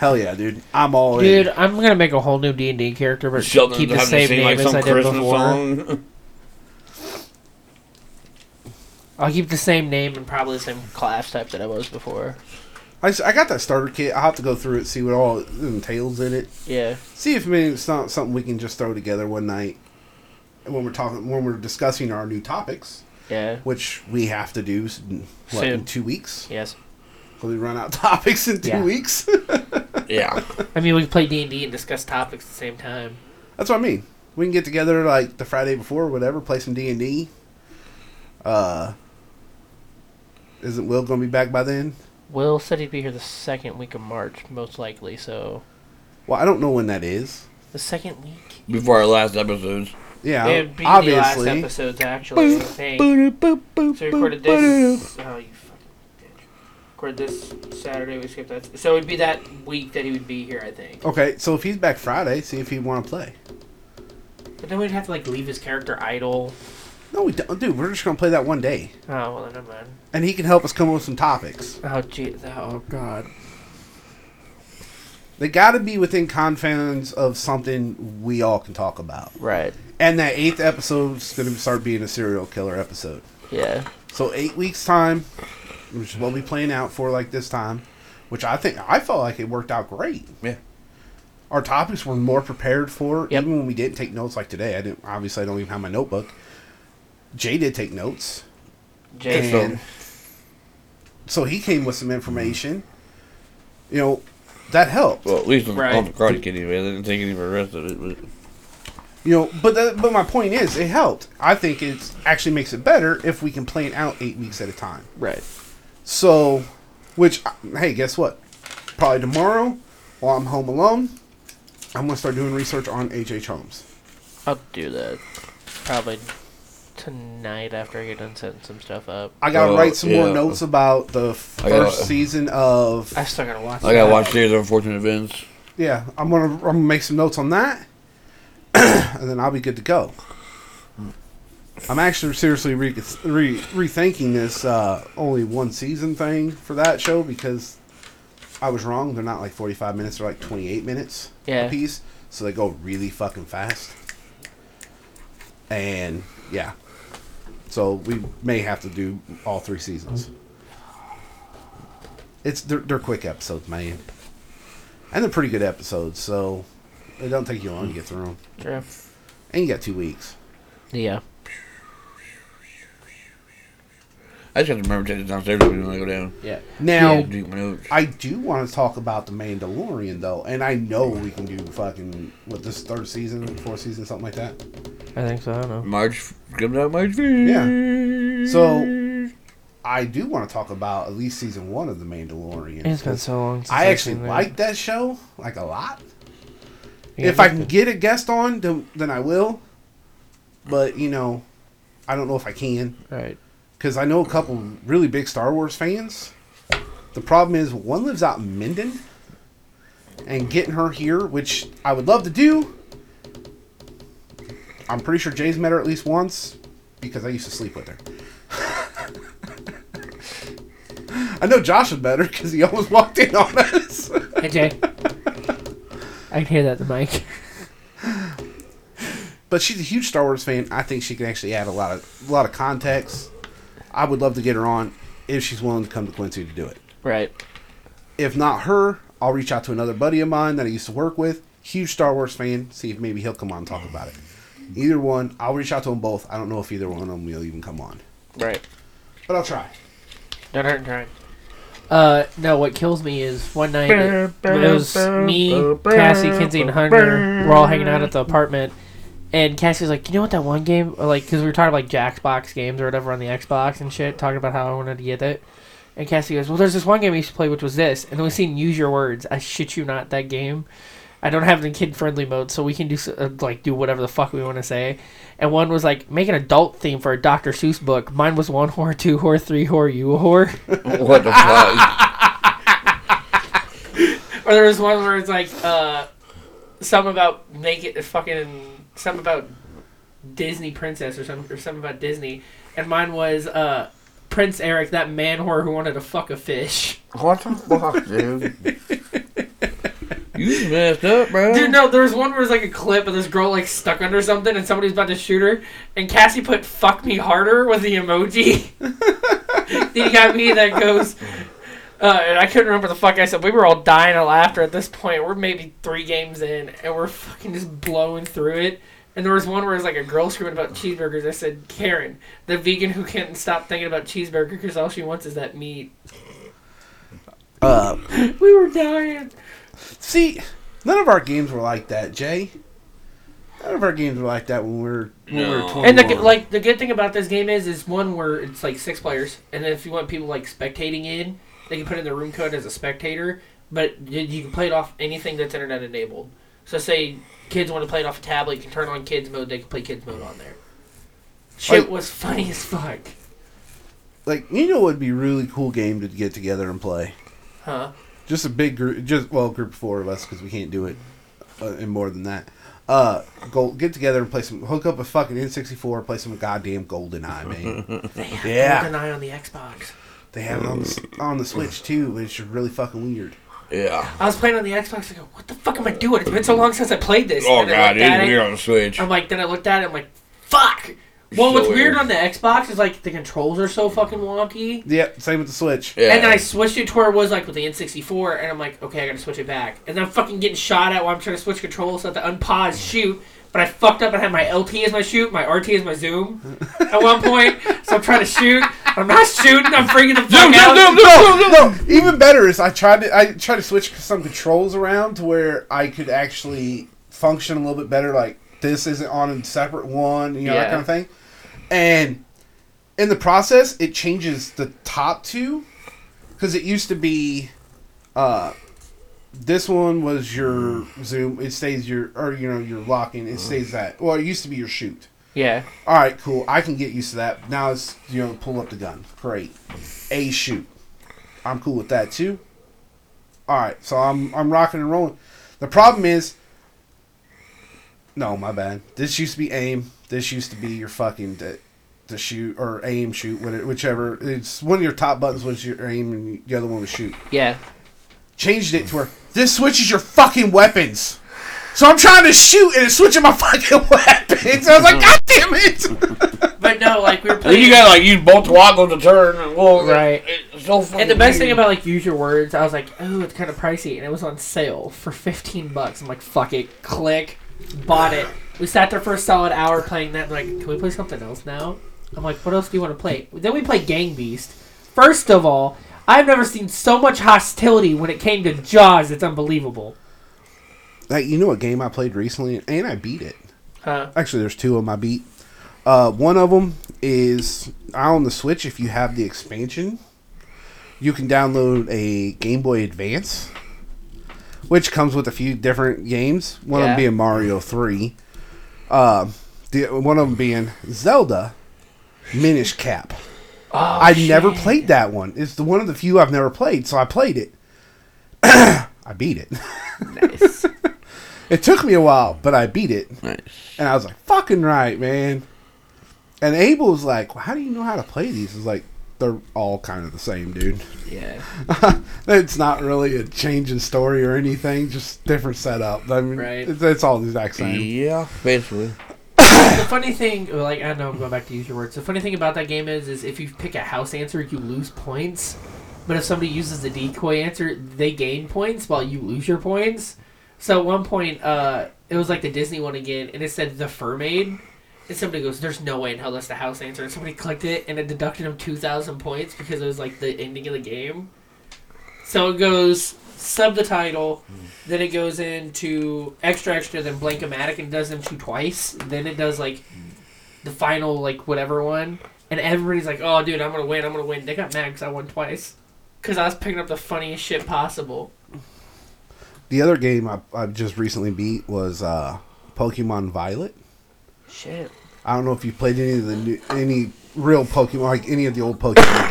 A: hell yeah, dude, I'm all
C: Dude,
A: in.
C: I'm gonna make a whole new D and D character, but
B: Sheldon
C: keep the
B: having to
C: same
B: sing
C: name
B: like
C: as
B: some
C: I did
B: Christmas
C: before. *laughs*
B: song.
C: I'll keep the same name and probably the same class type that I was before.
A: I, s- I got that starter kit. I'll have to go through it, see what all it entails in it.
C: Yeah,
A: See if maybe it's not something we can just throw together one night when we're talking when we're discussing our new topics,
C: yeah,
A: which we have to do s- what, in
C: Soon.
A: two weeks.
C: yes.
A: Will we run out of *laughs* topics in two
C: Yeah.
A: weeks? *laughs*
B: Yeah.
C: I mean, we can play D and D and discuss topics at the same time.
A: That's what I mean. We can get together like the Friday before, or whatever. Play some D and D. Uh, isn't Will gonna be back by then?
C: Will said he'd be here the second week of March, most likely. So
A: Well, I don't know when that is.
C: the second week.
B: Before our last episodes.
A: Yeah,
C: It'd be the last
A: obviously.
C: episodes, actually. I think. So we recorded this. Oh, you fucking bitch. Recorded this Saturday. We skipped that. So it'd be that week that he would be here, I think.
A: Okay, so if he's back Friday, see if he want to play.
C: But then we'd have to like leave his character idle.
A: No, we don't, dude. We're just gonna play that one day,
C: Oh well, then never mind.
A: and he can help us come up with some topics.
C: Oh jeez. Oh god.
A: They got to be within confines of something we all can talk about.
C: Right.
A: And that eighth episode's gonna start being a serial killer episode.
C: Yeah.
A: So eight weeks time, which is what we plan out for like this time, which I think I felt like it worked out great.
B: Yeah.
A: Our topics were more prepared for,
C: Yep.
A: even when we didn't take notes like today. I didn't obviously I don't even have my notebook. Jay did take notes.
C: Jay.
B: so-
A: And so he came with some information. You know, that helped.
B: Well, at least on,
C: Right.
B: on the Karate Kid anyway. They didn't take any of the rest of it. But
A: You know, but that, but my point is, it helped. I think it actually makes it better if we can plan out eight weeks at a time.
C: Right.
A: So, which hey, guess what? Probably tomorrow, while I'm home alone, I'm gonna start doing research on H.H. Holmes.
C: I'll do that. Probably tonight after I get done setting some stuff up.
A: I gotta
B: Oh,
A: write some more
B: yeah.
A: notes about the first
B: I gotta-
A: season of.
C: I still gotta watch.
B: I gotta
C: that.
B: watch series of unfortunate events.
A: Yeah, I'm gonna I'm gonna make some notes on that, *clears throat* and then I'll be good to go. I'm actually seriously re- re- rethinking this uh, only one season thing for that show because I was wrong. They're not like 45 minutes; they're like 28 minutes
C: Yeah.
A: a piece, so they go really fucking fast. And yeah, so we may have to do all three seasons. It's they're, they're quick episodes, man, and they're pretty good episodes, so it don't take you long to get through them.
C: Sure.
A: And you got two weeks.
C: Yeah.
B: I just have to remember to take it downstairs when I go down.
C: Yeah.
A: Now,
C: Yeah.
B: Drink my notes.
A: I do want to talk about the Mandalorian though, and I know we can do fucking what this third season, fourth season, something like that.
C: I think so. I don't know.
B: March comes out March
A: Yeah. So I do want to talk about at least season one of the Mandalorian.
C: It's been so long. Since
A: I
C: I've
A: actually
C: seen that.
A: like that show like a lot.
C: Yeah,
A: if I
C: that's
A: can
C: good.
A: get a guest on, then, then I will. But you know, I don't know if I can
C: Right.
A: because I know a couple really big Star Wars fans. The problem is one lives out in Minden, and getting her here, which I would love to do. I'm pretty sure Jay's met her at least once because I used to sleep with her. *laughs* I know Josh had met her because he almost walked in on us. *laughs*
C: Hey Jay. I can hear that at the mic.
A: but she's a huge Star Wars fan. I think she can actually add a lot of a lot of context. I would love to get her on if she's willing to come to Quincy to do it.
C: *laughs* Right.
A: If not her, I'll reach out to another buddy of mine that I used to work with, huge Star Wars fan. See if maybe he'll come on and talk about it. Either one, I'll reach out to them both. I don't know if either one of them will even come on,
C: Right.
A: but I'll try.
C: Don't hurt trying. Uh, no, what kills me is one night it was me, Cassie, Kinsey, and Hunter. We're all hanging out at the apartment. And Cassie's like, you know what that one game, or, like, because we were talking like Jackbox games or whatever on the Xbox and shit, talking about how I wanted to get it. And Cassie goes, well, there's this one game we used to play, which was this. And then we seen Use Your Words. I shit you not, that game.
D: I don't have it in kid friendly mode, so we can do s- uh, like do whatever the fuck we want to say. And one was like make an adult theme for a Dr. Seuss book. Mine was one whore, two whore, three whore, you a whore.
B: *laughs* What the fuck?
C: Or there was one where it's like uh, some about make it fucking some about Disney princess or something or something about Disney, and mine was uh, Prince Eric, that man whore who wanted to fuck a fish.
B: What the fuck, dude? You messed up, bro.
C: Dude, no, there was one where it was like a clip of this girl like stuck under something and somebody's about to shoot her, and Cassie put "fuck me harder" with the emoji. *laughs* then you got me that goes. Uh, and I couldn't remember the fuck I said. We were all dying of laughter at this point. We're maybe three games in, and we're fucking just blowing through it. And there was one where it was like a girl screaming about cheeseburgers. I said, Karen, the vegan who can't stop thinking about cheeseburger because all she wants is that meat. Um,
A: Uh,
C: We were dying.
A: see, none of our games were like that, Jay. None of our games were like that when we were when we were
B: No.
A: twenty.
C: And the g- like the good thing about this game is is one where it's like six players, and then if you want people like spectating in, they can put in their room code as a spectator. But you, you can play it off anything that's internet enabled. So say kids want to play it off a tablet, you can turn on kids mode. They can play kids mode on there. Shit
A: Like-
C: was funny as fuck,
A: like you know, it would be a really cool game to get together and play.
C: huh?
A: Just a big group, just well, group of four of us because we can't do it uh, and more than that. Uh, go get together and play some. Hook up a fucking N sixty four, play some goddamn Golden Eye, man.
C: Yeah.
A: yeah,
C: Golden Eye on the Xbox.
A: they have it on the, s- on the Switch too, which is really fucking weird.
B: Yeah.
C: I was playing on the Xbox. I go, what the fuck am I doing? It's been so long since I played this.
B: Oh
C: And I
B: god,
C: looked at
B: it's
C: it.
B: weird on the Switch.
C: I'm like, then I looked at it. I'm like, fuck. Well, what's
B: So
C: weird
B: weird.
C: on the Xbox is like the controls are so fucking wonky.
A: Yep, same with the Switch.
B: Yeah.
C: And then I switched it to where it was like with the N64, and I'm like, okay, I gotta switch it back. And then I'm fucking getting shot at while I'm trying to switch controls, so I have to unpause shoot. But I fucked up and had my LT as my shoot, my RT as my zoom
B: *laughs*
C: at one point. So I'm trying to shoot. I'm not shooting. I'm freaking the fuck out.
A: no, no, no. Even better is I tried to I tried to switch some controls around to where I could actually function a little bit better. Like this isn't on a separate one, you know that
C: Yeah.
A: kind of thing. And in the process, it changes the top two because it used to be. Uh, this one was your zoom. It stays your or you know your locking. It stays that. Well, it used to be your shoot.
C: Yeah.
A: All right, cool. I can get used to that. Now it's you know pull up the gun. Great. A shoot. I'm cool with that too. All right, so I'm I'm rocking and rolling. The problem is, no, my bad. This used to be aim. This used to be your fucking the, the shoot or aim shoot, whatever, whichever. It's one of your top buttons was your aim, and the other one was shoot.
C: Yeah.
A: Changed it to where this switches your fucking weapons. So I'm trying to shoot, and it's switching my *laughs* fucking weapons. I was like, God damn it!
C: But no, like we were
B: Then
C: playing.
B: you gotta like use both waggles to turn and well,
C: Right.
B: It, it's so fucking
C: And the best thing
B: weird.
C: about like use your words, I was like, oh, it's kind of pricey, and it was on sale for fifteen bucks. I'm like, fuck it, click, bought it. We sat there for a solid hour playing that. and like, can we play something else now? I'm like, what else do you want to play? Then we play Gang Beast. First of all, I've never seen so much hostility when it came to Jaws. It's unbelievable.
A: like you know a game I played recently and I beat it.
C: Huh?
A: Actually, there's two of them I beat. Uh, one of them is on the Switch. If you have the expansion, you can download a Game Boy Advance, which comes with a few different games. One of
C: Yeah.
A: them being Mario Three, uh, the one of them being Zelda, Minish Cap.
C: Oh,
A: I never played that one. It's the one of the few I've never played, so I played it. *coughs* I beat it.
C: Nice.
A: *laughs* It took me a while, but I beat it.
B: Nice.
A: And I was like, fucking right, man. And Abel was like, well, how do you know how to play these? It's like, they're all kind of the same, dude. *laughs*
C: yeah.
A: it's not really a change in story or anything, just different setup. I mean,
C: Right.
A: it's, it's all the exact same.
B: Yeah, basically.
C: the funny thing, like I know I'm going back to use your words. The funny thing about that game is, is if you pick a house answer, you lose points. But if somebody uses the decoy answer, they gain points while you lose your points. So at one point, uh, it was like the Disney one again, and it said the Mermaid. And somebody goes, "There's no way in hell that's the house answer." And somebody clicked it, and it deducted them two thousand points because it was like the ending of the game. So it goes sub the title, then it goes into extra extra, then blankomatic, and does them two twice. Then it does like the final like whatever one, and everybody's like, "Oh, dude, I'm gonna win! I'm gonna win!" They got mad because I won twice, because I was picking up the funniest shit possible.
A: The other game I, I just recently beat was uh, Pokemon Violet.
F: Shit.
A: I don't know if you played any of the new, any real Pokemon, like any of the old Pokemon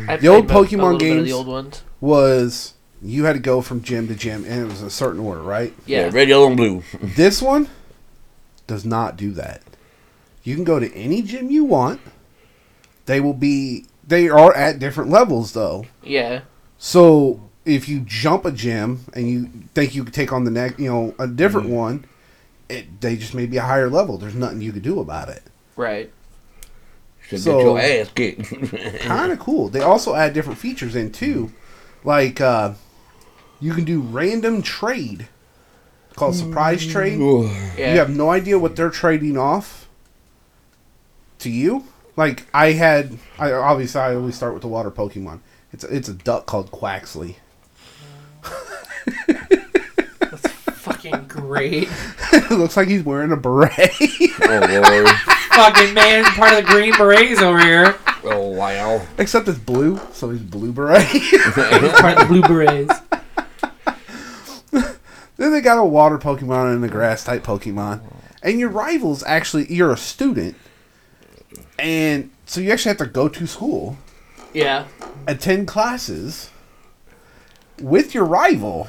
A: games.
F: I
A: The old
F: played both- a
A: Pokemon
F: little bit of
A: games-
F: the old ones.
A: Was you had to go from gym to gym, and it was a certain order, right?
F: Yeah.
B: red, yellow, and blue.
A: This one does not do that. You can go to any gym you want. They will be they are at different levels though.
F: Yeah.
A: So if you jump a gym and you think you could take on the next, you know, a different one, it they just may be a higher level. There's nothing you could do about it.
F: Right.
B: Should
A: So-
B: get your ass kicked. *laughs*
A: Kind of cool. They also add different features in too, like uh, you can do random trade, called surprise trade.
F: Yeah.
B: Oh,
A: You have no idea what they're trading off to you. Like I had, I obviously I always start with the water Pokemon. It's a, it's a duck called Quaxley. *laughs*
C: Fucking great.
A: it looks like he's wearing a beret. *laughs*
B: oh,
C: Fucking man, part of the Green Berets over here.
B: Lord. Oh, wow.
A: Except it's blue, so he's blue beret. *laughs*
D: Part of the Blue Berets.
A: then they got a water Pokemon and a grass type Pokemon. And your rival's actually you're a student. And so you actually have to go to school,
F: Yeah.
A: attend classes with your rival,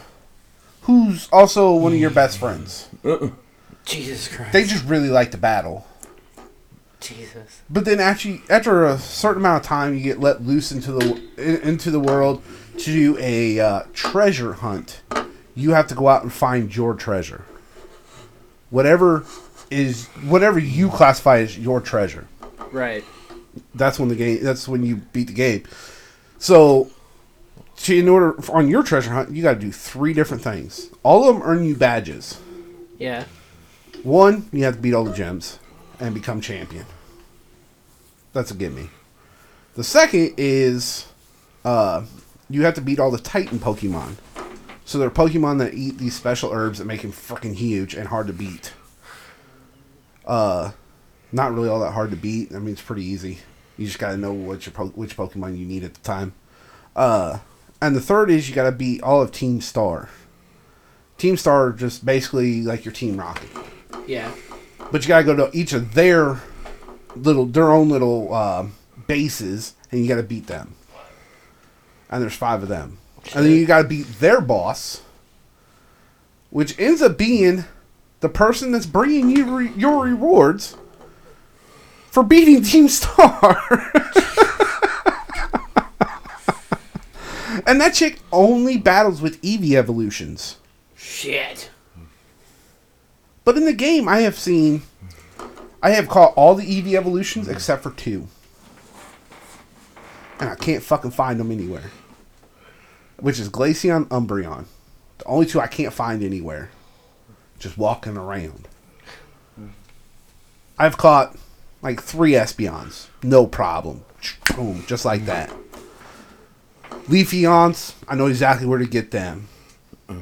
A: who's also one of your best friends.
F: Jesus Christ.
A: They just really like to battle.
F: Jesus.
A: But then actually, after a certain amount of time, you get let loose into the in- into the world to do a uh, treasure hunt. You have to go out and find your treasure, whatever is whatever you classify as your treasure.
F: Right.
A: That's when the game. That's when you beat the game. So, to, in order on your treasure hunt, you got to do three different things. All of them earn you badges.
F: Yeah.
A: One, you have to beat all the gems and become champion. That's a gimme. The second is uh, you have to beat all the Titan Pokemon. So they're Pokemon that eat these special herbs that make them freaking huge and hard to beat. Uh, not really all that hard to beat. I mean, it's pretty easy. You just gotta know what your po- which Pokemon you need at the time. Uh, and the third is you gotta beat all of Team Star. Team Star are just basically like your Team Rocket
F: Yeah.
A: but you gotta go to each of their little their own little uh, bases and you gotta beat them and there's five of them and then you gotta beat their boss which ends up being the person that's bringing you re- your rewards for beating *laughs* team star *laughs* and that chick only battles with eevee evolutions
F: Shit.
A: but in the game, I have seen, I have caught all the EV evolutions except for two, and I can't fucking find them anywhere. Which is Glaceon, Umbreon, the only two I can't find anywhere. Just walking around. I've caught like three Espeons, no problem. Boom, just like that. Leafeons, I know exactly where to get them.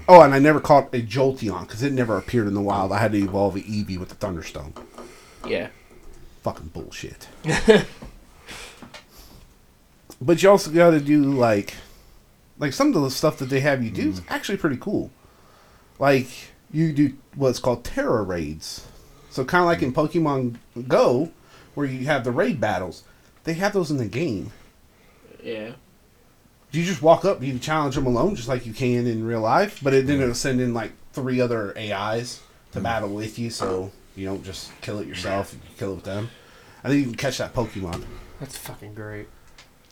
A: Oh, and I never caught a Jolteon because it never appeared in the wild. I had to evolve an Eevee with the Thunderstone.
F: Yeah.
A: Fucking bullshit. but you also got to do like, like some of the stuff that they have you do is actually pretty cool. Like you do what's called terror raids. So kind of like in Pokemon Go, where you have the raid battles, they have those in the game.
F: Yeah.
A: you just walk up, you challenge them alone, just like you can in real life. But it, then it'll send in like three other AIs to battle with you, so you don't just kill it yourself. You kill it with them, and then you can catch that Pokemon.
D: That's fucking great.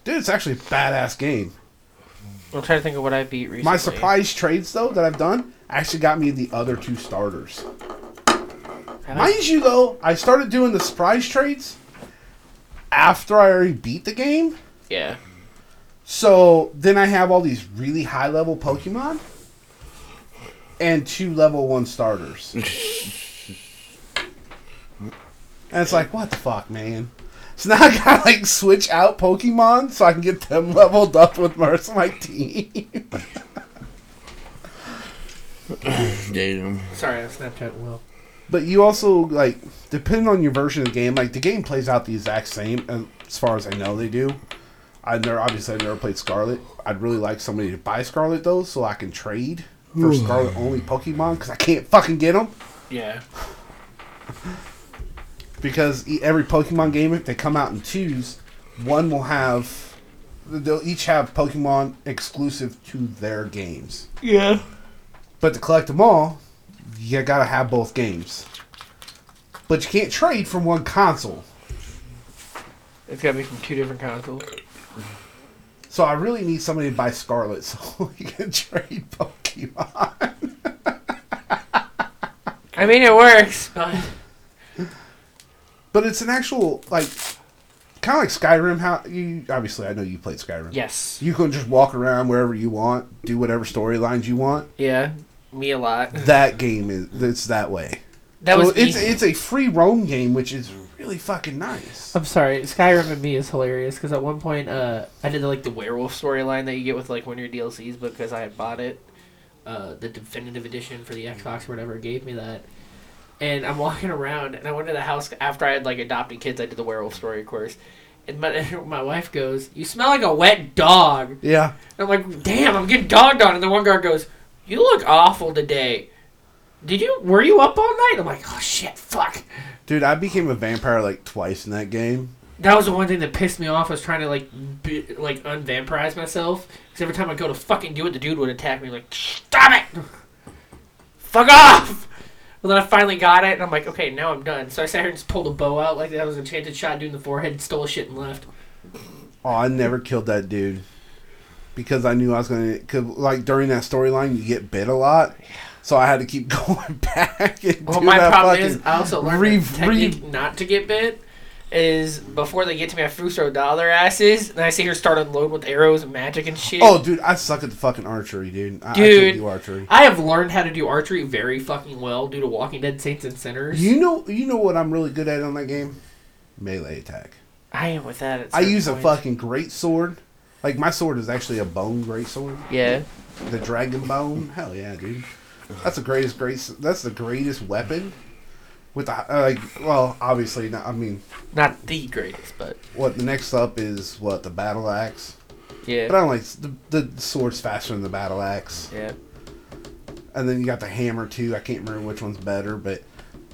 A: Dude, it's actually a badass game.
D: I'm trying to think of what I beat recently.
A: My surprise trades though that I've done actually got me the other two starters. Mind you, though, I started doing the surprise trades after I already beat the game.
F: Yeah.
A: So then I have all these really high level Pokemon and two level one starters. and it's like, what the fuck, man? So now I gotta like switch out Pokemon so I can get them leveled up with the rest of my team.
B: Damn.
D: Sorry, I Snapchat Will.
A: but you also like, depending on your version of the game, like the game plays out the exact same as far as I know they do. I never obviously I never played Scarlet. I'd really like somebody to buy Scarlet though, so I can trade for Scarlet only Pokemon because I can't fucking get them.
C: Yeah.
A: Because e- every Pokemon game, if they come out in twos, one will have. They'll each have Pokemon exclusive to their games.
C: Yeah.
A: But to collect them all, you gotta have both games. But you can't trade from one console.
C: It's gotta be from two different consoles.
A: So I really need somebody to buy Scarlet *laughs* so we can trade Pokemon.
C: I mean, it works, but
A: But it's an actual like kind of like Skyrim. How you obviously I know you played Skyrim.
C: yes.
A: You can just walk around wherever you want, do whatever storylines you want.
C: Yeah. Me a lot.
A: That game is it's that way.
C: That
A: so
C: was
A: it's
C: easy.
A: it's a free roam game, which is really fucking nice.
D: I'm sorry, Skyrim and me is hilarious because at one point, uh,
C: I did like the werewolf storyline that you get with like one of your DLCs because I had bought it, uh, the definitive edition for the Xbox or whatever gave me that. And I'm walking around and I went to the house after I had like adopted kids. I did the werewolf story, of course. And my, *laughs* my wife goes, "You smell like a wet dog." And
A: Yeah,
C: I'm like, "Damn, I'm getting dogged on." And the one guard goes, "You look awful today. Did you were you up all night?" I'm like, "Oh shit, fuck."
A: dude, I became a vampire like twice in that game.
C: That was the one thing that pissed me off. I was trying to like, be, like unvampirize myself because every time I go to fucking do it, the dude would attack me. Like, stop it, fuck off. Well, then I finally got it, and I'm like, okay, now I'm done. So I sat here and just pulled a bow out like that was an enchanted shot, doing the forehead, stole shit, and left.
A: Oh, I never killed that dude because I knew I was gonna. Cause like during that storyline, you get bit a lot, so I had to keep *laughs* going back and
C: Well,
A: do
C: my
A: that
C: problem
A: fucking.
C: is I also learned
A: re-
C: the technique not to get bit is before they get to me, I frustro dollar asses, and I see her start unload with arrows and magic and shit.
A: Oh, dude, I suck at the fucking archery, dude. I, I
C: Dude.
A: can't do archery.
C: I have learned how to do archery very fucking well due to Walking Dead Saints and Sinners.
A: You know, you know what I'm really good at on that game? Melee attack.
C: I am with that. At
A: I
C: certain
A: use a
C: points.
A: fucking great sword. Like my sword is actually a bone great sword,
C: Yeah.
A: the dragon bone. Hell yeah, dude. That's the greatest great. That's the greatest weapon. With the uh, like, well, obviously not. I mean,
C: Not the greatest, but
A: what the next up is what the battle axe. But
C: yeah.
A: I don't like the, the sword's faster than the battle axe,
C: Yeah.
A: and then you got the hammer too. I can't remember which one's better, but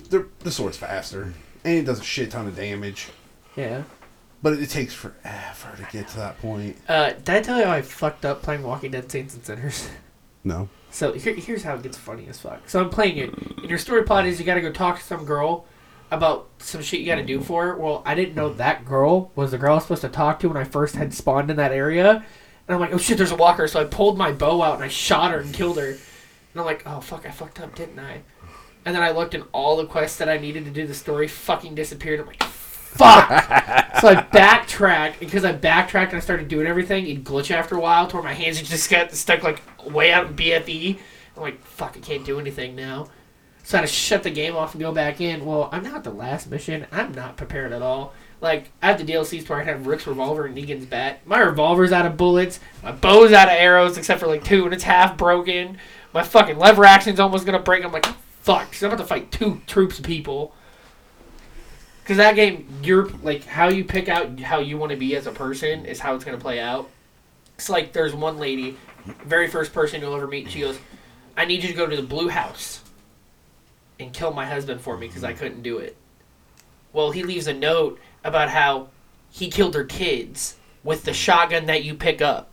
A: the the sword's faster and it does a shit ton of damage.
D: yeah.
A: But it takes forever to get to that point.
C: Uh, did I tell you how I fucked up playing Walking Dead Saints and Sinners? *laughs*
A: No.
C: So here, here's how it gets funny as fuck. So I'm playing it, and your story plot is you gotta go talk to some girl about some shit you gotta do for her. Well, I didn't know that girl was the girl I was supposed to talk to when I first had spawned in that area. And I'm like, oh shit, there's a walker. So I pulled my bow out and I shot her and killed her. And I'm like, oh fuck, I fucked up, didn't I? And then I looked and all the quests that I needed to do the story fucking disappeared. I'm like, fuck. so I backtracked because I backtracked and I started doing everything. It glitched after a while to where my hands just got stuck like way out in BFE. I'm like, fuck, I can't do anything now. So I had to shut the game off and go back in. Well, I'm now at the last mission. I'm not prepared at all. Like, I have the DLCs where I have Rick's revolver and Negan's bat. My revolver's out of bullets. My bow's out of arrows, except for like two, and it's half broken. My fucking lever action's almost gonna break. I'm like, fuck, 'cause I'm about to fight two troops of people. Because that game, you're like how you pick out how you want to be as a person is how it's gonna play out. It's like there's one lady, very first person you'll ever meet. She goes, "I need you to go to the blue house and kill my husband for me because I couldn't do it." Well, he leaves a note about how he killed her kids with the shotgun that you pick up,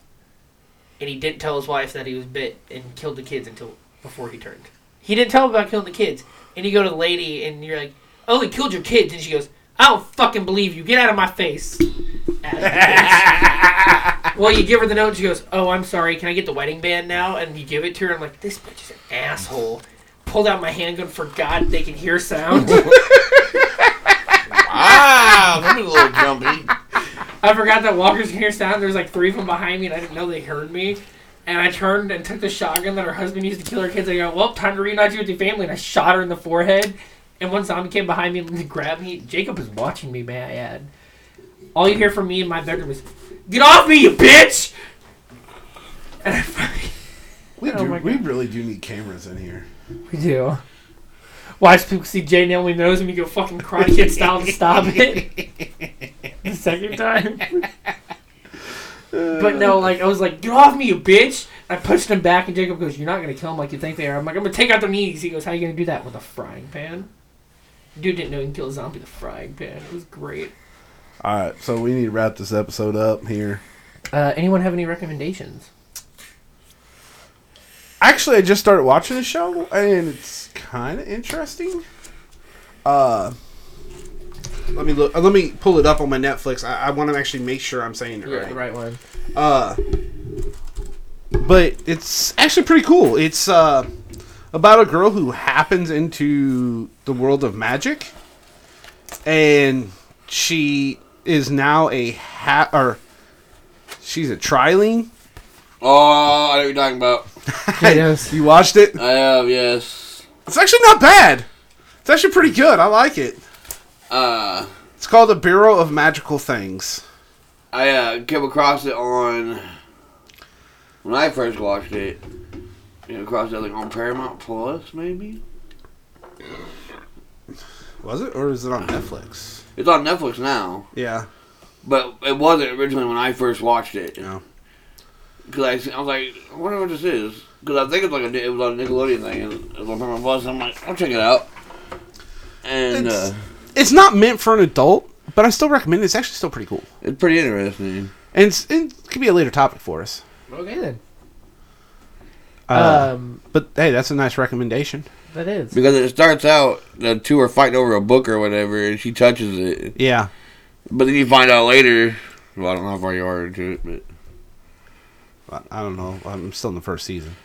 C: and he didn't tell his wife that he was bit and killed the kids until before he turned. He didn't tell about killing the kids, and you go to the lady and you're like, "Oh, he killed your kids," and she goes, "I don't fucking believe you. Get out of my face." *laughs* Out of your face. *laughs* well, you give her the note. She goes, "Oh, I'm sorry. Can I get the wedding band now?" And you give it to her. I'm like, "This bitch is an asshole." Pulled out my handgun for God they can hear *laughs* sound.
B: Ah, that was a little jumpy.
C: I forgot that walkers can hear sound. There's like three of them behind me, and I didn't know they heard me. And I turned and took the shotgun that her husband used to kill her kids. I go, well, time to reunite you with your family. And I shot her in the forehead. And one zombie came behind me and *laughs* grabbed me. Jacob was watching me, may I add. All you hear from me in my bedroom is, "Get off me, you bitch!" And I fucking
A: We,
C: Oh
A: do,
C: my
A: we really do need cameras in here.
C: we do. Watch people see Jay nail me nose and you go fucking karate kid style to stop it. *laughs* the second time. but no, like I was like, get off me, you bitch! And I pushed him back, and Jacob goes, "You're not gonna kill him like you think they are." I'm like, "I'm gonna take out their knees." He goes, "How you gonna do that with a frying pan?" Dude didn't know he can kill a zombie with a frying pan. It was great.
A: All right, so we need to wrap this episode up here.
D: Uh, anyone have any recommendations?
A: Actually, I just started watching the show, and it's kind of interesting. Uh, let me look. uh, Let me pull it up on my Netflix. I, I want to actually make sure I'm saying it right.
D: The right one.
A: Uh, but it's actually pretty cool. It's uh, about a girl who happens into the world of magic, and she is now a ha- or she's a trialing.
B: Oh, I know what you're talking about.
D: Potatoes.
A: You watched it?
B: I have, yes.
A: It's actually not bad. It's actually pretty good. I like it.
B: Uh,
A: It's called the Bureau of Magical Things.
B: I uh, came across it on when I first watched it. Came across it like on Paramount Plus, maybe.
A: Was it or is it on Netflix?
B: It's on Netflix now,
A: Yeah.
B: but it wasn't originally when I first watched it.
A: Yeah.
B: Cause I, se- I was like, I wonder what this is. Cause I think it's like a, it was on a Nickelodeon thing. and It was on Paramount Plus. And I'm like, I'll check it out. And
A: It's-
B: uh,
A: It's not meant for an adult, but I still recommend it. It's actually still pretty cool.
B: it's pretty interesting.
A: And it's, it could be a later topic for us.
D: Okay then.
A: Uh,
D: um,
A: but hey, that's a nice recommendation.
D: that *laughs* is.
B: Because it starts out the two are fighting over a book or whatever, and she touches it.
A: Yeah.
B: But then you find out later. Well, I don't know how far you are into it, but
A: I, I don't know. I'm still in the first season.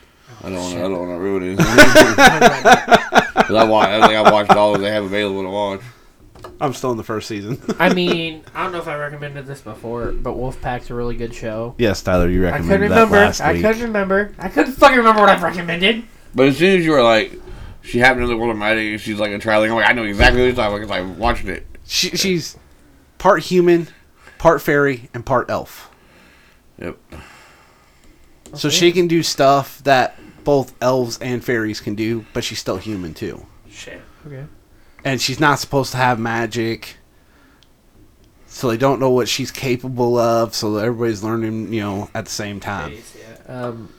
B: I don't. Wanna, I don't want to ruin it. *laughs* 'Cause I watch. I think I watched all that they have available to watch.
A: I'm still in the first season. *laughs*
D: I mean, I don't know if I recommended this before, but Wolfpack's a really good show.
A: yes, Tyler, you
D: I couldn't
A: recommended that
D: remember.
A: last
D: I
A: week.
D: couldn't remember.
C: I couldn't fucking remember what I've recommended.
B: But as soon as you were like, she happened in the world of magic, and she's like a traveling. I'm like, I know exactly what you're talking about because I watched it.
A: She, she's part human, part fairy, and part elf.
B: Yep.
A: So she can do stuff that both elves and fairies can do, but she's still human too.
C: Shit.
D: Okay.
A: and she's not supposed to have magic. So they don't know what she's capable of. So everybody's learning, you know, at the same time.
D: Um,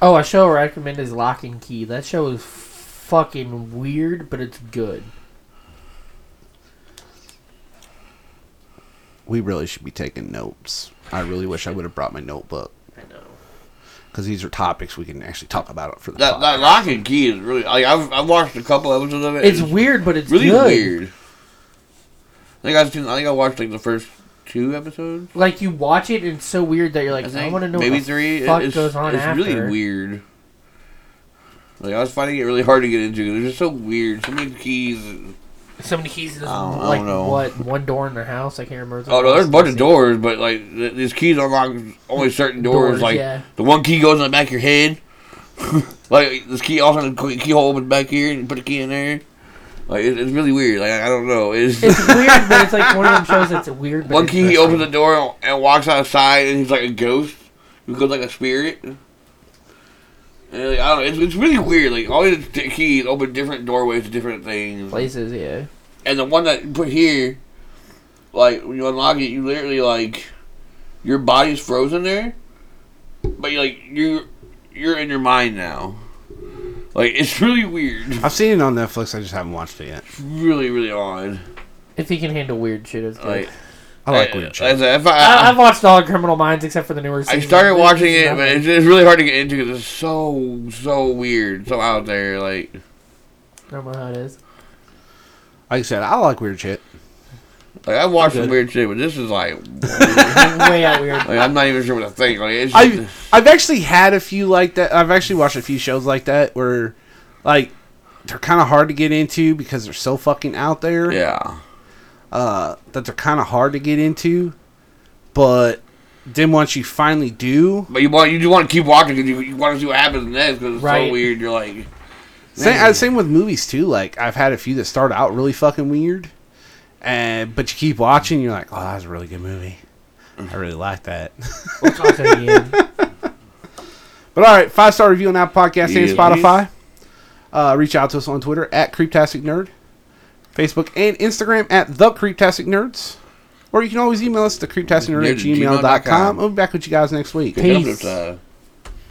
D: oh, a show I recommend is Lock and Key. That show is fucking weird, but it's good.
A: We really should be taking notes. I really wish I would have brought my notebook
C: I know.
A: because these are topics we can actually talk about it for the.
B: That
A: That,
B: that lock and key is really. Like, I've I've watched a couple episodes of it.
D: It's weird, but it's
B: really
D: good.
B: weird. I think I've seen. I think I watched like the first two episodes.
D: Like you watch it, and it's so weird that you're like,
B: I
D: I,
B: think.
D: want to know
B: maybe
D: what the
B: three.
D: fuck
B: it's,
D: goes on
B: It's
D: after.
B: really weird. Like I was finding it really hard to get into. They're just so weird. So many keys. and-
C: So many keys to this.
B: I don't, I
D: Like
B: don't know.
D: what? One door in their house? I can't remember.
B: Oh no, there's a bunch of doors, but like th- these keys unlock only certain doors.
D: Doors,
B: like
D: yeah.
B: the one key goes in the back of your head. *laughs* like this key also the keyhole opens back here and you put the key in there. Like it, it's really weird. Like I don't know. It's,
D: It's weird, but it's like one of them shows that's weird.
B: *laughs*
D: But
B: one
D: it's
B: key he
D: interesting.
B: opens the door and walks outside and he's like a ghost who goes like a spirit. And like, I don't know. It's, it's really weird. Like all these di- keys open different doorways to different things.
D: places. Yeah.
B: and the one that you put here, like when you unlock it, you literally like your body's frozen there, but you like you you're in your mind now. Like *laughs* it's really weird.
A: I've seen it on Netflix. I just haven't watched it yet.
B: It's really really odd.
D: If he can handle weird shit, it's good.
B: Like
A: I like weird shit.
B: as a- if I,
D: I, I've watched all Criminal Minds except for the newer.
B: I
D: season.
B: started
D: It's
B: watching it, but
D: nothing.
B: it's, it's really hard to get into because it's so so weird, so out there. Like
D: I don't know how it is.
A: Like I said, I like weird shit.
B: like I watched some
A: Good.
B: weird shit, but this is
A: *laughs*
B: like,
D: Way out weird.
B: like I'm not even sure what to think. Like it's just,
A: I've I've actually had a few like that. I've actually watched a few shows like that where, like, they're kind of hard to get into because they're so fucking out there.
B: yeah,
A: uh, that they're kind of hard to get into, but then once you finally do,
B: but you want you do want to keep watching because you, you want to see what happens next because it's
D: Right.
B: so weird. You're like,
A: same,
B: Man.
A: uh, same with movies too. Like I've had a few that start out really fucking weird, and but you keep watching, you're like, oh, that was a really good movie. I
B: Mm.
A: really like that.
D: We'll talk to the end.
A: But all right, five star review on Apple Podcast
B: Yeah.
A: and Spotify. Uh, reach out to us on Twitter at Creeptastic Nerd, Facebook and Instagram at The Creeptastic Nerds. Or you can always email us, thecreeptasticnerd at
B: Nerd at
A: gmail.com.
B: gmail.com.
A: We'll be back with you guys next week.
B: pick up
D: Peace.
B: this, uh,